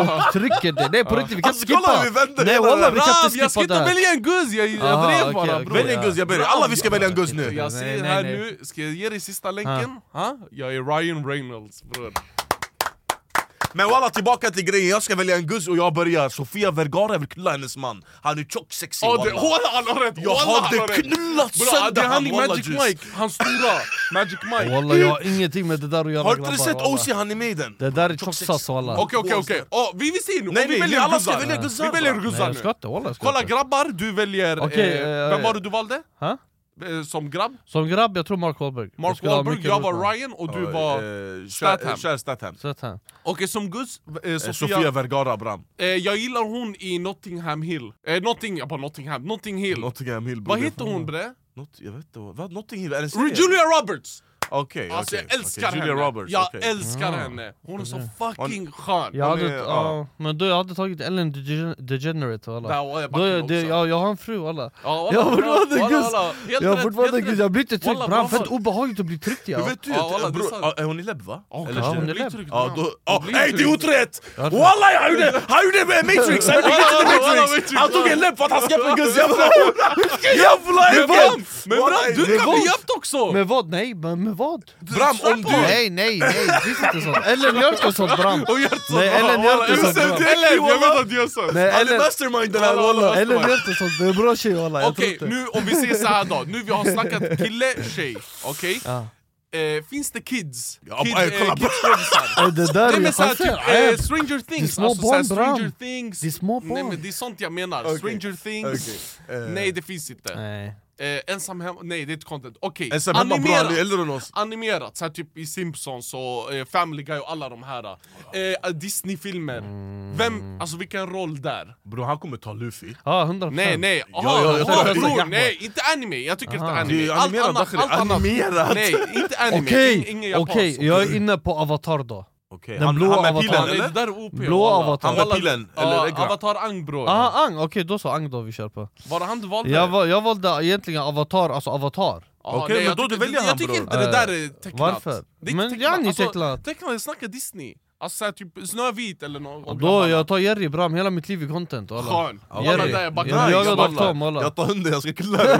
S1: och trycker det. Nej på riktigt, vi kan
S2: Alltså,
S1: inte skippa!
S2: kolla hur vi vänder
S1: Nej
S2: hela
S1: wallah
S2: den.
S1: vi kan
S2: Ram,
S1: inte
S2: jag ska
S1: skippa det
S2: inte
S1: här!
S2: välja en guz, jag, jag
S1: Ah,
S2: drev
S1: okej,
S2: bara
S1: okej.
S2: bror!
S4: Välj en guz, jag ber dig. Alla vi ska välja en guz nu!
S2: Jag ser
S1: Nej, nej,
S2: här
S1: nej.
S2: nu, ska jag ge dig sista länken? Ha? Jag är Ryan Reynolds bror.
S4: Men walla tillbaka till grejen, jag ska välja en guzz och jag börjar Sofia Vergara, jag vill knulla hennes man Han är tjock, sexig
S2: Ja, det-
S4: wallah.
S2: Walla han har rätt!
S4: Jag
S2: walla, han
S4: hade
S2: har rätt.
S4: knullat
S2: Bra, det
S4: sönder
S2: är han i
S4: walla,
S2: Magic
S4: just.
S2: Mike, han stora! Magic Mike!
S1: Wallah jag har ingenting med det där att göra
S4: Har inte du
S1: grabbar,
S4: sett
S1: wallah.
S4: OC, han är med i den?
S1: Det där är tjocksass wallah!
S2: Okej okej okej, Åh, vi vill se nu!
S4: Nej,
S2: Och
S4: nej,
S2: vi väljer
S4: nu
S2: alla
S4: guzzar.
S2: ska välja
S4: Nej.
S2: guzzar! Vi väljer guzzar
S1: Jag ska
S2: nu!
S1: inte wallah, jag ska
S2: Kolla
S1: inte.
S2: grabbar, du väljer...
S1: Okej,
S2: eh,
S1: eh,
S2: vem var det du valde?
S1: Ha?
S2: Eh, Som grabb?
S1: Som grabb, jag tror Mark Wahlberg
S2: Mark
S1: skulle ha
S2: Wahlberg,
S1: mycket
S2: jag
S1: roligt
S2: var
S1: med.
S2: Ryan och du
S4: Ja,
S2: var... Okej
S4: eh,
S2: Statham.
S4: Kär kär Statham
S1: Så att han-
S2: som Gus, eh,
S4: Eh,
S2: Sofia...
S4: Sofia Vergara bram
S2: Eh, jag gillar hon i Nottingham Hill. Eh, Notting, jag bara Nottingham, Notting Hill.
S4: Nottingham Hill
S2: Vad heter hon bre?
S4: Not, jag vet inte, vad, Notting Hill? Är det en serie?
S2: Julia Roberts!
S4: Okej,
S2: Alltså
S4: okej,
S2: jag älskar
S4: okej.
S2: henne!
S4: Julia Roberts,
S2: jag
S4: okej.
S2: älskar henne! Hon är så fucking skön!
S1: Jag
S4: Hon
S1: hade,
S4: är- ja.
S1: ja. men då jag hade tagit Ellen Degen- DeGenerate
S2: Där
S1: walla Då,
S2: var jag
S1: jag-
S2: backen
S1: det,
S2: också.
S1: jag, jag har en fru walla
S2: Ja,
S1: Jag har
S2: walla, bra.
S1: fortfarande
S2: Walla,
S1: Gus.
S2: walla. Helt
S1: Jag har
S2: rätt,
S1: fortfarande
S2: helt
S1: gud,
S2: rätt.
S1: jag blir inte tryckt
S2: Walla,
S1: bram,
S2: bra
S1: fett
S2: val.
S1: obehagligt att bli tryckt
S4: Du
S1: ja
S4: vet ju,
S2: Ja, walla,
S4: ja,
S2: det är sant.
S4: är hon i lebb va?
S2: Ja,
S4: Eller
S2: kanske.
S1: hon
S4: tjej?
S1: är
S2: Blir
S1: läbb.
S2: tryckt,
S4: Ja,
S2: ja.
S4: då, ja,
S2: blir
S4: nej det är
S2: tryckt.
S4: otroligt! Walla jag gjorde, han gjorde med Matrix! Han gick inte till Matrix! Han tog en läpp för att han släppte en guzz! Jävla jävla
S2: Men Bram!
S4: event!
S2: Men Bram, du
S4: Revolt!
S2: kan bli hjälpt också!
S1: Med vad? Nej, men med vad?
S4: Bram om du...
S1: Nej, nej, nej, det finns inte sånt! Ellen gör inte sånt bram!
S2: Och Hjärtsson!
S1: Nej, Ellen Hjärtsson, bra.
S2: Jag vet att du gör så!
S1: Nej,
S4: Han är
S1: Ellen,
S4: mastermind den här walla!
S1: Ellen gör inte sånt, det är en bra tjej walla, jag tror
S2: Okej,
S1: inte
S2: nu om vi säger så här då. Nu vi har snackat kille, tjej. Okej?
S1: Ja.
S2: Eh, finns det kids?
S4: Ja,
S2: Kid,
S4: bara,
S2: eh,
S4: kolla,
S2: kidskompisar?
S1: Eh, Det där
S2: Nej
S1: är
S2: men såhär typ
S1: chanser!
S2: eh, Stranger
S1: Det är
S2: Things,
S1: små
S2: alltså såhär
S1: barn, Bram.
S2: Stranger Things
S1: Det är små
S2: Nej
S1: barn.
S2: men det är sånt jag menar,
S4: Okej.
S2: Stranger Things
S4: Okej, eh.
S2: Nej det finns inte
S1: Nej.
S2: eh, Ensam hemma, nej det är inte content Okej,
S4: Ensam hemma bra,
S2: animerat!
S4: ni är äldre än oss!
S2: Animerat, såhär typ i Simpsons och eh, Family Guy och alla de här eh, Disney-filmer
S1: Mm.
S2: Vem, alltså vilken roll där?
S4: Bror han kommer ta Luffy
S1: Ja, 100%
S2: Nej nej, aha,
S4: ja, jag
S2: aha,
S4: tror-
S2: bror, nej inte anime, jag tycker inte anime
S4: Det är animerat,
S2: allt annat,
S4: Dakhri,
S2: allt annat.
S4: animerat.
S2: Nej, inte anime, ing-
S1: Okej,
S2: ingen
S1: okej,
S2: japansk
S1: jag är inne på Avatar då
S4: Okej,
S1: Den
S4: han,
S1: blå
S4: han med
S1: avataren.
S4: pilen
S2: Nej, det
S4: eller?
S2: där är OP
S1: Blå
S2: wallah.
S1: avatar. Ah,
S4: Han med
S2: Wallah,
S4: pilen,
S2: ja,
S4: eller äggra?
S2: Avatar Ang bror
S1: Aha, Ang, okej då så, Ang då vi kör på
S2: Var det han du valde?
S1: Jag, val, jag valde egentligen Avatar, alltså Avatar.
S2: Aha,
S4: Okej,
S2: nej,
S4: men
S2: jag
S4: då
S2: tycker-
S4: du väljer
S2: Jag
S4: han,
S2: tycker
S4: bror.
S2: inte det där är tecknat
S1: varför?
S2: Det är inte
S1: Men
S2: tecknat.
S1: Janni
S2: Alltså,
S1: tecknat.
S2: Tecknat, jag snackar Disney Alltså såhär typ Snövit eller något
S1: Då jag tar Jerry Bram, hela mitt liv i content walla.
S2: Skön! Walla,
S1: Jerry,
S2: där är
S1: jag
S2: backen.
S4: Nej,
S1: jagar
S4: wallah.
S1: dock Tom walla
S4: Jag tar hunden, jag ska killa den!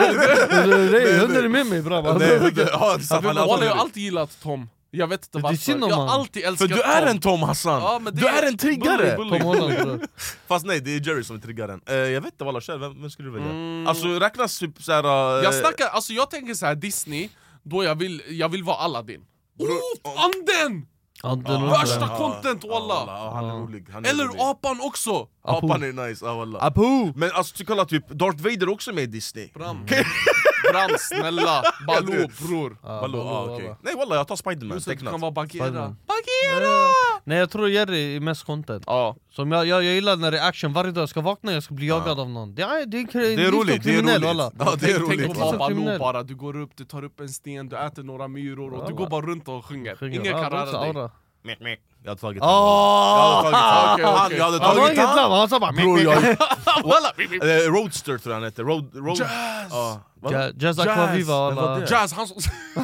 S1: Nej, Hunden är med mig bram
S2: Alltså,
S4: Nej, hunden- ja, det är
S2: Jag
S4: sant,
S2: vet-
S4: han
S2: Walla,
S4: är
S2: jag
S4: alltid-
S2: har alltid gillat Tom Jag vet inte
S1: är
S2: varför,
S1: synd om
S2: jag har
S1: han.
S2: alltid älskat
S4: För
S2: Tom
S4: du är en Tom Hassan!
S2: Ja, men det
S4: Du är en triggare!
S2: Bully,
S1: Tom
S2: bully.
S1: Holland bror
S4: Fast nej, det är Jerry som är triggaren. Eh, jag vet inte walla, själv, vem, vem skulle du välja?
S2: Mm.
S4: Alltså räknas typ såhär... eh,
S2: Jag snackar, alltså jag tänker så här Disney, då jag vill, jag vill vara Aladdin Oh, anden!
S1: Ja, den
S4: Ja,
S1: undrar
S2: Värsta
S1: jag.
S4: ja,
S2: content,
S4: ja,
S2: wallah.
S4: Ja, han är
S1: Ja.
S4: rolig. Han är rolig.
S2: Eller apan också!
S1: Apu.
S4: Apan är nice, ja, wallah.
S1: Apu!
S4: Men alltså ty- kolla typ, Darth Vader är också med i Disney.
S2: Bram, Bram snälla, Baloo bror
S1: Ja,
S4: Baloo, ah, okej.
S1: walla.
S4: Nej wallah, jag tar Spiderman,
S2: Just det, du
S4: tecknat.
S2: kan vara Bagheera
S1: Spiderman.
S2: Bagheera!
S1: Nej jag tror Jerry är mest content
S2: Ja,
S1: Som jag, jag, jag gillar när det är action, varje dag jag ska vakna jag ska bli jagad av någon Det är, det är, det
S4: Det är roligt, det är roligt. Ja, det är
S2: tänk, tänk
S4: roligt.
S2: att
S1: Liksom
S2: vara Baloo
S1: kriminell.
S2: typ bara, du går upp, du tar upp en sten, du äter några myror och du
S1: Ja,
S2: går
S1: va.
S2: bara runt och sjunger, ingen kan röra dig
S1: dig
S4: Mek, mek. Jag har tagit honom. Jag
S1: Åh!
S4: hade tagit
S2: Okej, okej.
S4: han, jag hade
S1: Han har
S4: tagit
S1: inget
S4: han!
S1: namn, han sa bara
S4: Bror jag...
S2: Ah, Walla!
S4: eh, Roadster tror jag han hette, Road... Road...
S2: Jazz!
S4: Ja. Vad?
S1: Ja, Jazz
S4: Jazz,
S1: Aquaviva
S4: vem var
S1: walla
S4: det?
S2: Jazz, han som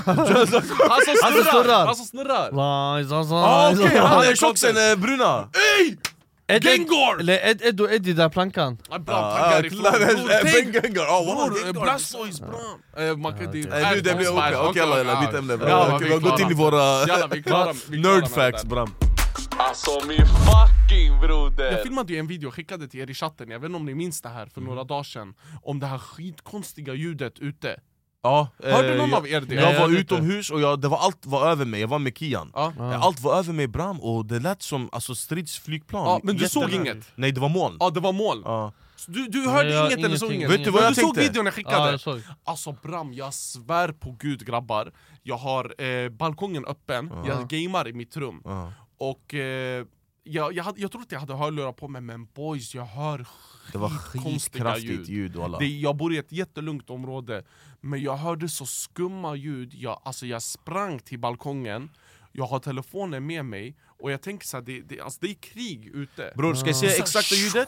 S4: Jazz Aquaviva.
S2: han som snurrar!
S1: snurrar.
S2: Han som snurrar!
S1: Lies, alltså,
S4: Ah,
S1: lies.
S4: Okej, han är tjockisen eh, bruna!
S1: Ed, Ed,
S2: Gengar!
S1: eller Ed, Ed och Eddie, där plankan
S2: Ah, Bram
S4: Ah,
S2: taggar ifrån,
S4: klar,
S2: bror
S4: eh, Ben
S2: tänk!
S4: Gengar! Ah, wallah,
S2: Bror, eh,
S4: Gengar.
S2: Blastoise Bram! Eh, man kan- det-
S4: Nej nu det blir okej, okej alla jävlar, byt ämne bram.
S2: Ja,
S4: Okej,
S2: vi
S4: vi har
S2: klarar
S4: gått in i
S2: det.
S4: våra
S2: Jävlar, vi klarar- vi klarar
S4: nerd
S2: med
S4: facts
S2: det.
S4: bram.
S6: Alltså min fucking broder!
S2: Jag filmade ju en video och skickade till er i chatten, jag vet inte om ni minns det här
S4: Mhm.
S2: för några dagar sedan Om det här skitkonstiga ljudet ute
S4: Ja,
S2: Hörde
S4: eh,
S2: någon
S4: jag,
S2: av er det?
S4: Jag
S1: Nej,
S4: var
S1: jag vet
S4: utomhus och jag, det var, allt var över mig, jag var med Kian.
S2: Ja.
S4: Eh, Allt var över mig bram och det lät som alltså, stridsflygplan.
S2: Ja, men du
S4: Jättenära.
S2: såg inget?
S4: Nej det var moln.
S2: Ja, det var moln.
S4: Ja.
S2: Du, du hörde
S1: jag har
S2: inget eller såg
S1: ingenting.
S2: inget?
S4: Vet du vad
S2: Men
S4: jag
S2: du såg
S4: tänkte?
S2: videon jag skickade?
S1: Ja, jag såg.
S2: Alltså Bram, jag svär på gud grabbar Jag har eh, balkongen öppen, jag gamer i mitt rum
S4: Ja.
S2: Och eh, jag, jag, hade, jag trodde att jag hade hörlurar på mig, men boys, jag hör
S4: Det var
S2: skitkonstiga ljud
S4: skitkraftigt ljud walla.
S2: det, jag bor i ett jättelugnt område, men jag hörde så skumma ljud. Jag, alltså jag sprang till balkongen, jag har telefonen med mig och jag tänker så här, det, det, alltså det är krig ute.
S4: Bror ska jag säga
S2: Så-
S4: exakta ljudet?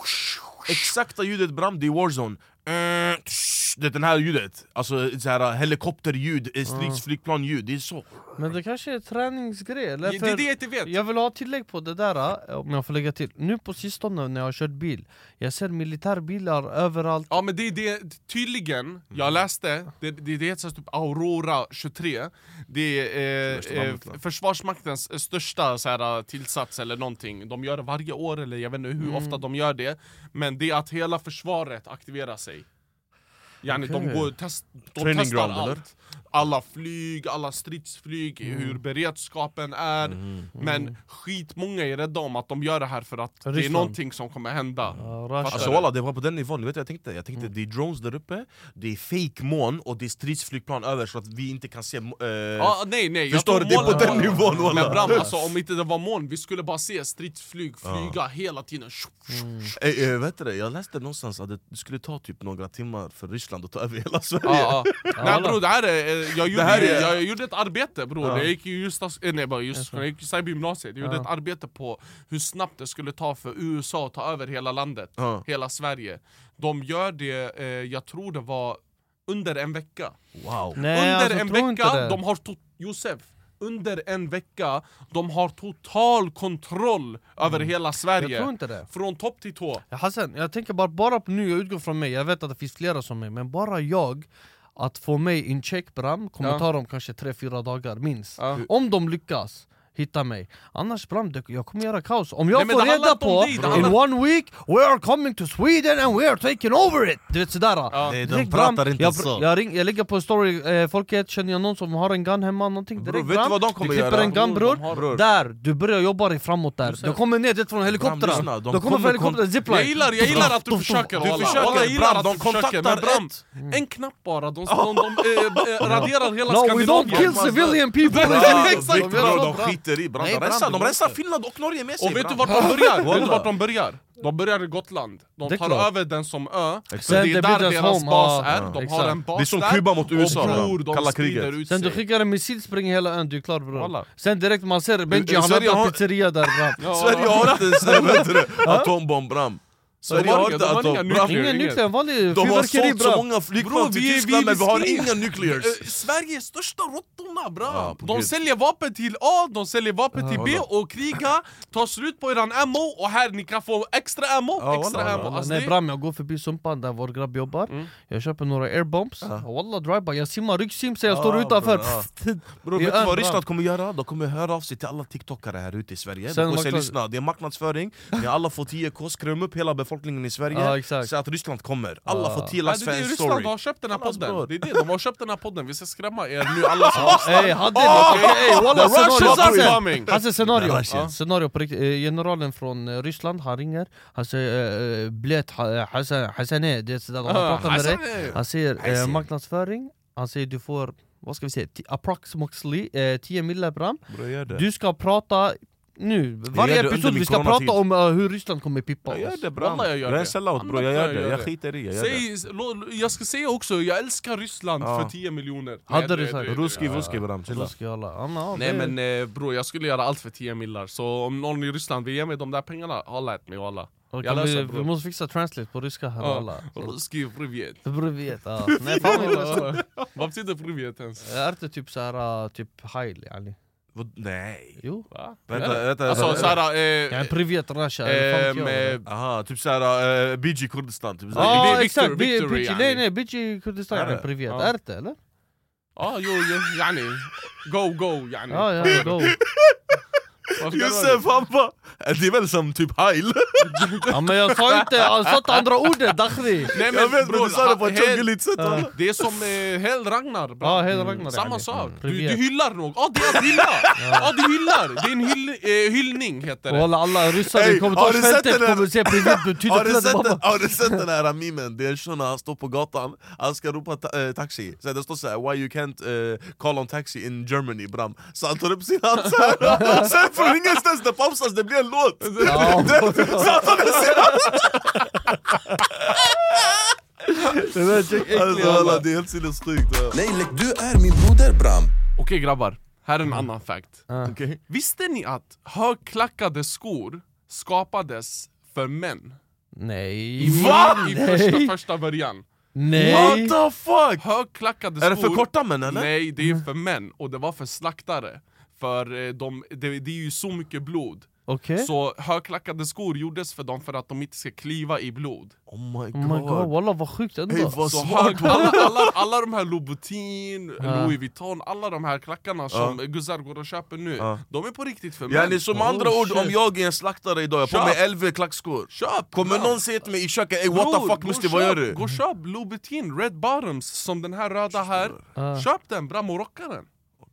S4: Exakta ljudet bram, det är Warzone. Eh, tsch, det den här ljudet, alltså så här, helikopterljud, eh, stridsflygplanljud, det är så...
S1: Men det kanske är träningsgrej, eller?
S4: Ja, det är
S1: För
S4: det jag inte vet.
S1: Jag vill ha tillägg på det där, eh, om jag får lägga till. Nu på sistone när jag har kört bil, jag ser militärbilar överallt.
S2: Ja men det är det, tydligen,
S4: Mm.
S2: jag läste, det, det, det heter typ Aurora 23 Det är eh, eh, Försvarsmaktens eh, största så här, tillsats eller någonting De gör det varje år, eller jag vet inte hur ofta de gör det Men det är att hela försvaret aktiverar sig Yani de,
S4: Okej.
S2: går, test, de
S4: Training
S2: testar
S4: ground,
S2: allt
S4: eller?
S2: Alla flyg, alla stridsflyg, hur beredskapen är
S4: Mm.
S2: Men skitmånga är rädda om att de gör det här för att det är
S4: Ryssland.
S2: någonting som kommer hända Fattar
S4: Alltså
S2: du?
S4: walla, det var på den nivån, vet du, jag tänkte, jag tänkte det är drones där uppe, det är fake moln och det är stridsflygplan över så att vi inte kan se... Eh,
S2: Ja, nej, nej, jag
S4: förstår du?
S2: tror
S4: Det är på
S2: molnen
S4: den
S2: var-
S4: nivån walla!
S2: Men Bram, alltså, om inte det var moln, vi skulle bara se stridsflyg flyga hela tiden
S4: Eh, eh, vet du, det? jag läste någonstans att det skulle ta typ några timmar för Ryssland att ta över hela Sverige
S2: Ja, ja. Nej bror, det här är, eh, jag, gjorde,
S4: här
S2: ju-
S4: är-
S2: Jag, gjorde ett arbete bror,
S4: Ja.
S2: jag gick ju just, eh, nej, bara just, jag gick i cybergymnasiet, jag gjorde
S4: Ja.
S2: ett arbete på hur snabbt det skulle ta för USA att ta över hela landet,
S4: Ja.
S2: hela Sverige De gör det, eh, jag tror det var under en vecka
S4: Wow.
S1: Nej,
S2: Under
S1: alltså,
S2: en
S1: tror inte
S2: vecka,
S1: det.
S2: de har to- Josef, under en vecka, de har total kontroll över
S4: Mm.
S2: hela Sverige
S1: Jag tror inte det.
S2: Från topp till tå
S1: Ja, Hassan, jag tänker bara, bara på nu, jag utgår från mig, jag vet att det finns flera som mig, men bara jag att få mig in check Bram kommer
S2: Ja.
S1: ta dem kanske 3-4 dagar minst. Om de lyckas hitta mig. Annars Bram, det- jag kommer göra kaos. Om jag
S2: Nej, men
S1: får
S2: det handlar
S1: reda
S2: inte om
S1: på
S2: dig, det
S1: in
S2: handlar-
S1: one week, we are coming to Sweden and we are taking over it! Du vet sådär.
S4: Nej, de
S1: Direkt,
S4: pratar
S1: Bram,
S4: inte
S1: jag,
S4: så.
S1: Jag, ring, jag lägger på story, eh, folket känner jag någon som har en gun hemma, någonting direkt
S4: vet du
S1: Bram,
S4: vad de kommer
S1: du klipper
S4: göra?
S1: en gun bror,
S4: Bror, de har- Bror.
S1: där, du börjar jobba dig framåt där. De kommer ner det från helikoptrar.
S4: lyssna,
S1: de
S4: de
S1: kommer
S4: kommer
S1: från helikoptrar,
S4: kon-
S1: zipline.
S2: Jag gillar, jag gillar att du försöker
S4: Du
S2: Walla.
S4: försöker,
S2: Walla, jag gillar
S4: Bram,
S2: att
S4: de
S2: du försöker, men
S4: kontaktar
S2: Bram,
S4: ett.
S2: en knapp bara, de, de, de, eh, eh, raderar hela
S1: No, we
S2: Skandinavien Alltså,
S1: don't kill civilian people!
S4: Ja,
S2: Exakt,
S4: riktigt bra,
S2: bra.
S4: de skiter i Bram,
S1: Nej,
S4: de
S1: Bram,
S4: rensar, de
S1: du
S4: rensar
S1: måste.
S4: Finland och Norge med sig
S2: Och vet du
S4: Bram.
S2: vart de börjar?
S4: Walla.
S2: vet du vart de börjar? De börjar i Gotland,
S4: Det
S2: de
S4: är
S2: tar
S4: klart.
S2: över den som ö, för
S4: Sen det
S2: det är
S4: blir
S2: där
S4: deras
S2: deras
S4: home,
S2: bas
S4: ja.
S2: är,
S4: Ja.
S2: de
S4: Exakt.
S2: har en bas
S4: Det är som
S2: där,
S4: Kuba mot USA,
S2: och
S4: Bram.
S2: bror, de
S4: Kalla
S2: sprider
S4: kriget.
S2: ut
S1: Sen du
S2: sig.
S1: skickar en missil springer hela ön, du är klar bror.
S2: Walla.
S1: Sen direkt man ser Benji, han
S4: Sverige
S1: öppnar
S4: har-
S1: pizzeria där bram.
S4: Sverige har inte ens vet du det, atombomb Bram Sverige
S2: har
S4: har
S2: inga-
S4: inte
S2: de har inga
S4: atombomb Bram.
S2: nuklear.
S1: Ingen
S2: Ingen.
S1: nykter, en vanlig
S4: De har
S1: fyrverkeri
S4: sålt så
S1: bram.
S4: många
S2: Bror,
S4: flygplan
S2: vi
S4: till
S2: är-
S4: Tyskland
S2: vi
S4: men vi har
S2: riskerar-
S4: inga nuclears
S2: Eh, Sveriges största råttorna bram!
S4: Ja, på
S2: de
S4: gud.
S2: säljer vapen till A, de säljer vapen till B och kriga, tar slut på eran ammo och här ni kan få extra ammo,
S1: Ja,
S2: extra
S1: wallah,
S2: ammo.
S1: wallah.
S2: Alltså,
S1: Nej
S2: det-
S1: bram, jag går förbi Sumpan där vår grabb jobbar, jag köper några airbombs, wallah drive-by, jag simmar ryggsimsa, jag står
S4: Ja,
S1: utanför.
S4: bror, ja.
S1: Pff,
S4: Bror
S1: i
S4: vet du
S1: ön,
S4: vad
S1: bram.
S4: Ryssland kommer göra? De kommer höra av sig till alla tiktokare här ute i Sverige
S1: Sen
S4: De kommer säga
S1: marknads-
S4: lyssna, det är marknadsföring, ni alla får 10k, skräm upp hela befolkningen i
S1: Ja,
S4: Sverige
S1: exakt.
S4: Så att Ryssland kommer, alla får 10
S2: Nej,
S4: lax
S2: det
S4: för
S2: är det
S4: en
S2: Ryssland
S4: story
S2: har köpt den här
S4: Kallas
S2: podden,
S4: bror.
S2: det är det, de har köpt den här podden, vi ska skrämma er nu alla som
S1: Ey, hade
S2: Ah,
S1: det- ey, ey,
S2: the
S1: wallah,
S2: Russians
S1: scenario.
S2: are
S1: Hasse,
S2: coming!
S1: Hasse, scenario.
S4: The Russians.
S1: Ja. Scenario på riktigt. Eh, Generalen från eh, Ryssland, han ringer. Han säger eh, blöt ha- Hassan, Hassane, det är sådär, han
S2: Ah,
S1: pratar med dig.
S2: Hassane.
S1: Han säger eh,
S2: Hassane.
S1: marknadsföring, han säger du får, vad ska vi säga, ti- approximately eh, 10 millar bram.
S4: Bror, gör det.
S1: Du ska prata nu, varje
S4: gör det
S1: episod
S4: under min
S1: vi ska
S4: coronatid.
S1: prata om eh, hur Ryssland kommer pippa
S4: Jag gör
S1: oss.
S4: det bram,
S2: Wallah,
S4: jag,
S2: jag gör
S4: är en
S2: det.
S4: sellout bror, jag
S2: Annars
S4: gör det, jag skiter i jag gör det
S2: Säg, lo- jag ska säga också, jag älskar Ryssland
S4: Ja.
S2: för 10 miljoner
S1: Hade
S2: Nej,
S1: du
S2: det-
S1: sagt-
S2: det- Alltså,
S4: Ruski,
S2: ja.
S4: ruski bram, chilla
S1: Rusk, jalla. Ja, men, ja,
S2: Nej
S1: det-
S2: men eh, bror, jag skulle göra allt för 10 millar, så om någon i Ryssland vill ge mig de där pengarna, ha lärt mig alla
S1: Okej,
S2: Jag löser
S1: vi, vi
S2: bror
S1: måste fixa translate på ryska här
S2: Ja.
S1: alla.
S2: Ruski privet
S1: Brevet, ja. Nej, fan, vad intressant.
S2: Vad betyder privet ens?
S1: Är det typ såhär, typ heil yani?
S4: Vad- Nej
S1: Jo?
S2: Va?
S4: Vänta, vänta,
S2: Alltså
S4: vänta.
S2: såhär,
S1: Yani
S2: eh,
S1: privet rasha,
S2: eh,
S1: fan vet jag.
S2: med-
S4: Aha, typ såhär uh, BG Kurdistan typ såhär.
S1: Ja
S2: Victor-
S1: exakt,
S2: Victory,
S1: Bi- Bitchy,
S2: yani.
S1: nej nej bitchy Kurdistan
S4: Är det?
S1: yani privet,
S2: Ja.
S1: är det eller?
S2: ja ah, jo, jo, yani, go go yani
S1: Ja ja, go!
S2: Varför kan det vara det?
S4: Josef han bara, det är väl som typ heil?
S1: Ja men jag sa inte, jag sa inte andra ordet dakhri!
S2: Nej
S4: Jag vet men
S2: bror,
S4: du sa det på
S2: ha-
S4: ett
S2: hel-
S4: chuggeligt sätt
S1: Ja.
S4: walla.
S2: Det är som eh, Hell Ragnar bra.
S1: Ja, Hell Ragnar,
S2: Samma
S1: yani.
S2: sak,
S1: Mm.
S2: du, du
S1: Privet.
S2: hyllar någon, ja det är att hylla! Ja du hyllar, det är en hyll, eh, hyllning heter det
S1: Walla alla ryssar
S4: Ey,
S1: i
S4: har du sett
S1: kommentarsfältet
S4: den här-
S1: kommer se privet betyder
S4: Har du, sett
S1: flöde
S4: den,
S1: mamma!
S4: har du sett den här memen? Det är en shuno, han står på gatan, han ska ropa ta eh, taxi så Det står såhär 'Why you can't eh, call on taxi in Germany' bram Så han tar upp sin hand såhär, sen från ingenstans det pausas, det blir en låt!
S1: Ja.
S4: Det- typ så han tar upp sin hand!
S1: Det där är check-
S4: Alltså, walla, Det är helt sinnessjukt! va.
S3: Nej, lägg du är min broder Bram.
S2: Okej grabbar, här är en annan fact
S1: Ah.
S2: Visste ni att högklackade skor skapades för män?
S1: Nej!
S2: I,
S1: Va?
S2: I
S1: Nej.
S2: första, första början
S1: Nej.
S4: What the fuck!
S2: Högklackade skor
S4: Är det för korta män eller?
S2: Nej, det
S4: Mm.
S2: är för män, och det var för slaktare För eh, de, det, det är ju så mycket blod
S1: Okej.
S2: Så högklackade skor gjordes för dem för att de inte ska kliva i blod
S4: Oh my
S1: Oh my god, walla vad sjukt ändå.
S4: Ey, vad
S2: Så
S4: smart.
S2: hög, alla, alla, alla de här Louboutin,
S4: Ja.
S2: Louis Vuitton, alla de här klackarna som guzzar går och köper nu
S4: Ja.
S2: De är på riktigt för män
S4: Yani som med andra ord, om jag är en slaktare idag, jag har på
S2: Köp.
S4: mig 11 klackskor
S2: Köp!
S4: Kommer
S2: man.
S4: någon säga till mig i köket ey what the
S2: Bror,
S4: fuck
S2: gå
S4: musti
S2: och
S4: vad gör
S2: köp-
S4: du?
S2: Gå och köp Louboutin Red Bottoms som den här röda här,
S4: Ah.
S2: köp den, bra morockaren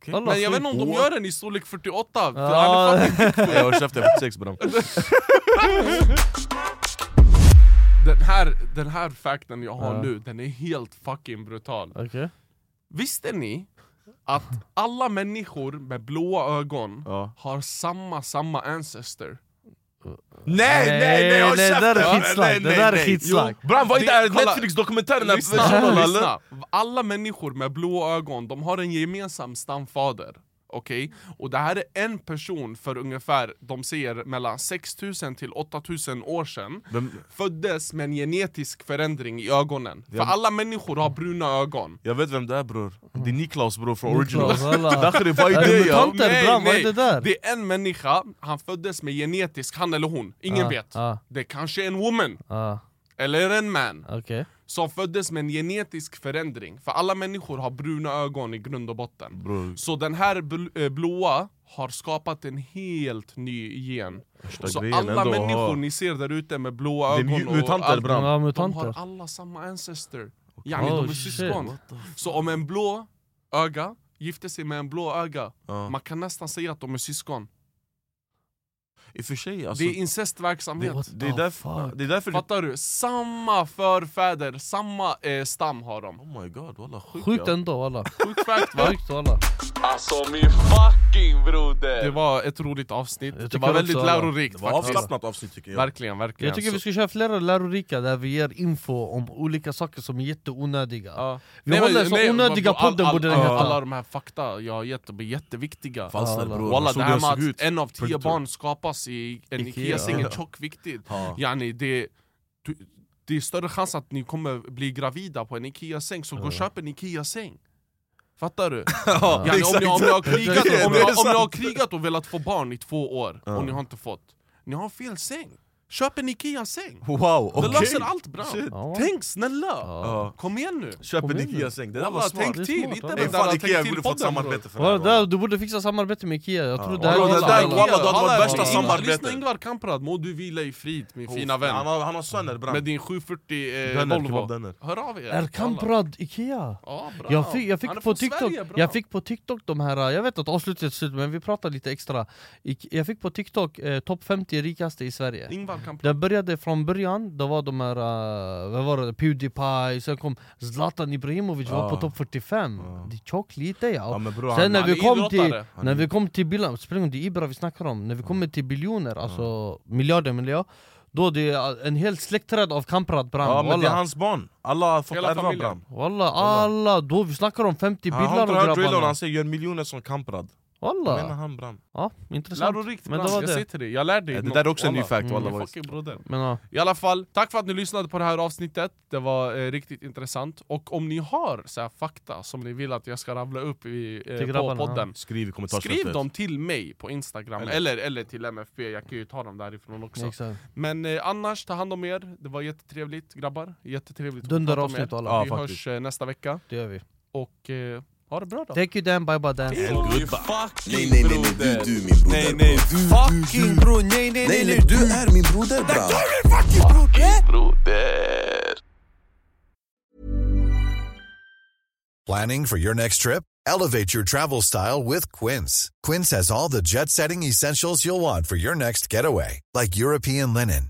S4: Okej.
S2: Men jag vet inte om de
S4: What?
S2: gör den i storlek 48, för
S4: Ja.
S2: han är fucking big
S4: Jag har käften 46 bram
S2: den, här, den här fakten jag har
S4: Ja.
S2: nu, den är helt fucking brutal
S1: Okej.
S2: Visste ni att alla människor med blåa ögon har samma, samma ancestor?
S4: Nej nej nej håll käften! nej, nej. Jo, Bram var inte här Netflix-dokumentären när
S2: Lyssna, lyssna. Alla människor med blå ögon, de har en gemensam stamfader. Okej? Och det här är en person för ungefär, de säger mellan 6000 till 8000 år sedan. Föddes med en genetisk förändring i ögonen.
S4: Ja.
S2: För alla människor har bruna ögon.
S4: Jag vet vem det är bror, det är Niklaus bror från
S2: Niklaus,
S4: Originals
S2: alla.
S4: Dakhri vad är det? ja?
S2: Nej, nej.
S1: där?
S2: Det är en människa, han föddes med genetisk, han eller hon, ingen
S1: Ah,
S2: vet.
S1: ah.
S2: Det kanske är en woman,
S1: Ah.
S2: eller en man.
S1: Okej.
S2: Som föddes med en genetisk förändring, för alla människor har bruna ögon i grund och botten.
S4: Bror,
S2: Så den här bl- eh, blåa har skapat en helt ny gen.
S4: Värsta
S2: Så
S4: grejen
S2: alla
S4: ändå att ha-
S2: människor ni ser där ute med blåa
S4: Det är
S2: ögon
S4: mu- mutanter,
S2: allt-
S4: Bram.
S1: آه،
S4: Ja,
S2: de har
S1: mutanter.
S2: alla samma ancestor. Yani,
S1: Oh,
S2: de är
S1: shit.
S2: syskon.
S1: What
S2: Så om en blå öga gifter sig med en blå öga, man kan nästan säga att de är syskon.
S4: i och för sig alltså
S2: det är incestverksamhet.
S4: Det- det är därför- det är därför
S2: Fattar du? Samma förfäder, samma eh, stam har de.
S4: Oh my god walla sjukt
S1: Sjukt ändå walla.
S2: Sjukt fact va?
S1: Sjukt walla.
S6: Alltså min fucking broder!
S2: Det var ett roligt avsnitt, det
S1: tycker
S2: var väldigt
S1: också alla.
S2: lärorikt
S1: Det var
S2: faktiskt.
S1: avslappnat
S4: avsnitt tycker
S1: jag.
S2: Verkligen, verkligen.
S1: Jag tycker vi ska köra flera lärorika där vi ger info om olika saker som är jätteonödiga. Vi
S2: Nej, men-
S1: håller så
S2: nej,
S1: onödiga
S2: all- all-
S1: podden borde den
S2: all-
S1: heta.
S2: Alla de här fakta jag har gett de är jätteviktiga.
S4: Falskt,
S2: Alla.
S4: bror.
S2: Walla,
S4: Jag såg
S2: det här
S4: hur jag
S2: med att
S4: såg ut.
S2: en av tio
S4: Punkt.
S2: barn skapas i en
S4: Ikea.
S2: Ikea-säng är
S4: Ja.
S2: tjockviktigt.
S4: Ja.
S2: Yani, det, du, det är större chans att ni kommer bli gravida på en Ikea-säng, så gå och köp en Ikea-säng. Fattar du?
S4: Ja,
S2: Yani, om,
S4: exakt.
S2: ni, om, ni har
S4: Det är
S2: krigat,
S4: det,
S2: om,
S4: det
S2: ni
S4: är
S2: har, om ni har
S4: sant.
S2: krigat och velat få barn i två år,
S4: Ja.
S2: och ni har inte fått, ni har fel säng. Köp en Ikea-säng!
S4: Wow, okej!
S2: Det löser allt bra!
S4: Shit.
S2: Tänk snälla!
S4: Ja.
S2: Kom igen nu!
S4: Köp
S2: Kom
S4: en
S2: igen nu.
S4: Ikea-säng, det där var
S2: Walla,
S4: smart
S2: Tänk till! Inte
S4: Ey,
S2: den
S4: fan,
S2: där
S4: Ikea
S2: Tänk
S4: borde
S2: till
S4: fått samarbete
S2: podden
S4: för det
S1: Walla,
S4: här
S1: där, du borde fixa samarbete med Ikea, jag tror det här
S4: Walla, det där-
S1: alla.
S4: walla, det hade varit värsta
S2: Lyssna
S4: samarbetet
S2: Ingvar Kamprad, må du vila i frid min
S4: Oh,
S2: fina vän
S4: han har- han har söner, Bram.
S2: Med din 740 eh,
S4: Döner,
S2: Volvo
S4: kebabdöner.
S2: Hör av er!
S1: Är Kamprad Ikea?
S2: Ja, bra.
S1: jag, fick, jag,
S2: Han är
S1: fick på
S2: från
S1: TikTok,
S2: Sverige, bra.
S1: jag fick på TikTok de här, jag vet att avslutet är slut men vi pratar lite extra Ik- Jag fick på TikTok eh, topp 50 rikaste i Sverige
S2: Ingvar Kamprad
S1: Den började från början, det var de här, eh, vad var det, Pewdiepie, sen kom Zlatan Ibrahimovic var
S4: Ja.
S1: på topp 45 Det är tjockt lite ja,
S4: men bror, han-
S1: Sen när
S4: han
S1: vi
S4: är
S1: kom till,
S4: idrottare. Han
S1: när
S4: är-
S1: vi kom till bilen, spelar det är Ibra vi snackar om, när vi kommer till biljoner, alltså miljarder menar jag Då det är eh, en hel släktträd av Kamprad Bram
S4: Ja men det
S1: wallah.
S4: är hans barn, alla har fått
S2: Hela
S4: ärva
S2: familjen.
S4: Bram
S1: Walla, alla, då vi snackar om 50
S4: Han har
S1: bilar
S4: inte hört
S1: och
S4: drillon,
S1: grabbarna
S4: han säger gör miljoner som Kamprad Vad menar
S1: Walla!
S4: han Bram?
S1: Ja, intressant
S2: Lärorikt
S1: Men
S2: Bram,
S1: det var
S2: jag säger
S1: det Mm.
S2: till dig, jag lär dig
S4: Ja, det
S2: något,
S4: där är också en ny
S2: walla.
S4: fact, walla,
S2: Min
S4: boys.
S2: fucking broder.
S1: Men ja,
S2: I alla fall, tack för att ni lyssnade på det här avsnittet, det var eh, riktigt intressant Och om ni har så här fakta som ni vill att jag ska rabbla upp i, eh,
S1: Till
S2: på
S1: grabbarna, ja.
S2: podden
S4: Skriv i kommentarsfältet
S2: Skriv dem till mig på Instagram,
S4: Eller-
S2: eller, eller, till MFB, jag kan ju ta dem därifrån också
S1: exakt
S2: Men eh, annars, ta hand om er, det var jättetrevligt grabbar, jättetrevligt
S1: Dunderavsnitt,
S2: prata med er.
S1: alla.
S2: Vi
S1: Ja, faktiskt.
S2: hörs eh, nästa vecka,
S1: Det gör vi
S2: och eh, ha det bra då!
S1: Thank you Dan, bye bye Dan
S3: Nej,
S6: Fucking
S3: nej, nej, nej, du, du, min broder.
S6: Nej, nej,
S3: du, du,
S6: fucking
S3: bror, nej, nej, nej, nej, du är min broder, bram.
S6: broder!
S5: Planning for your next trip? Elevate your travel style with Quince. Quince has all the jet setting essentials you'll want for your next getaway, like European linen,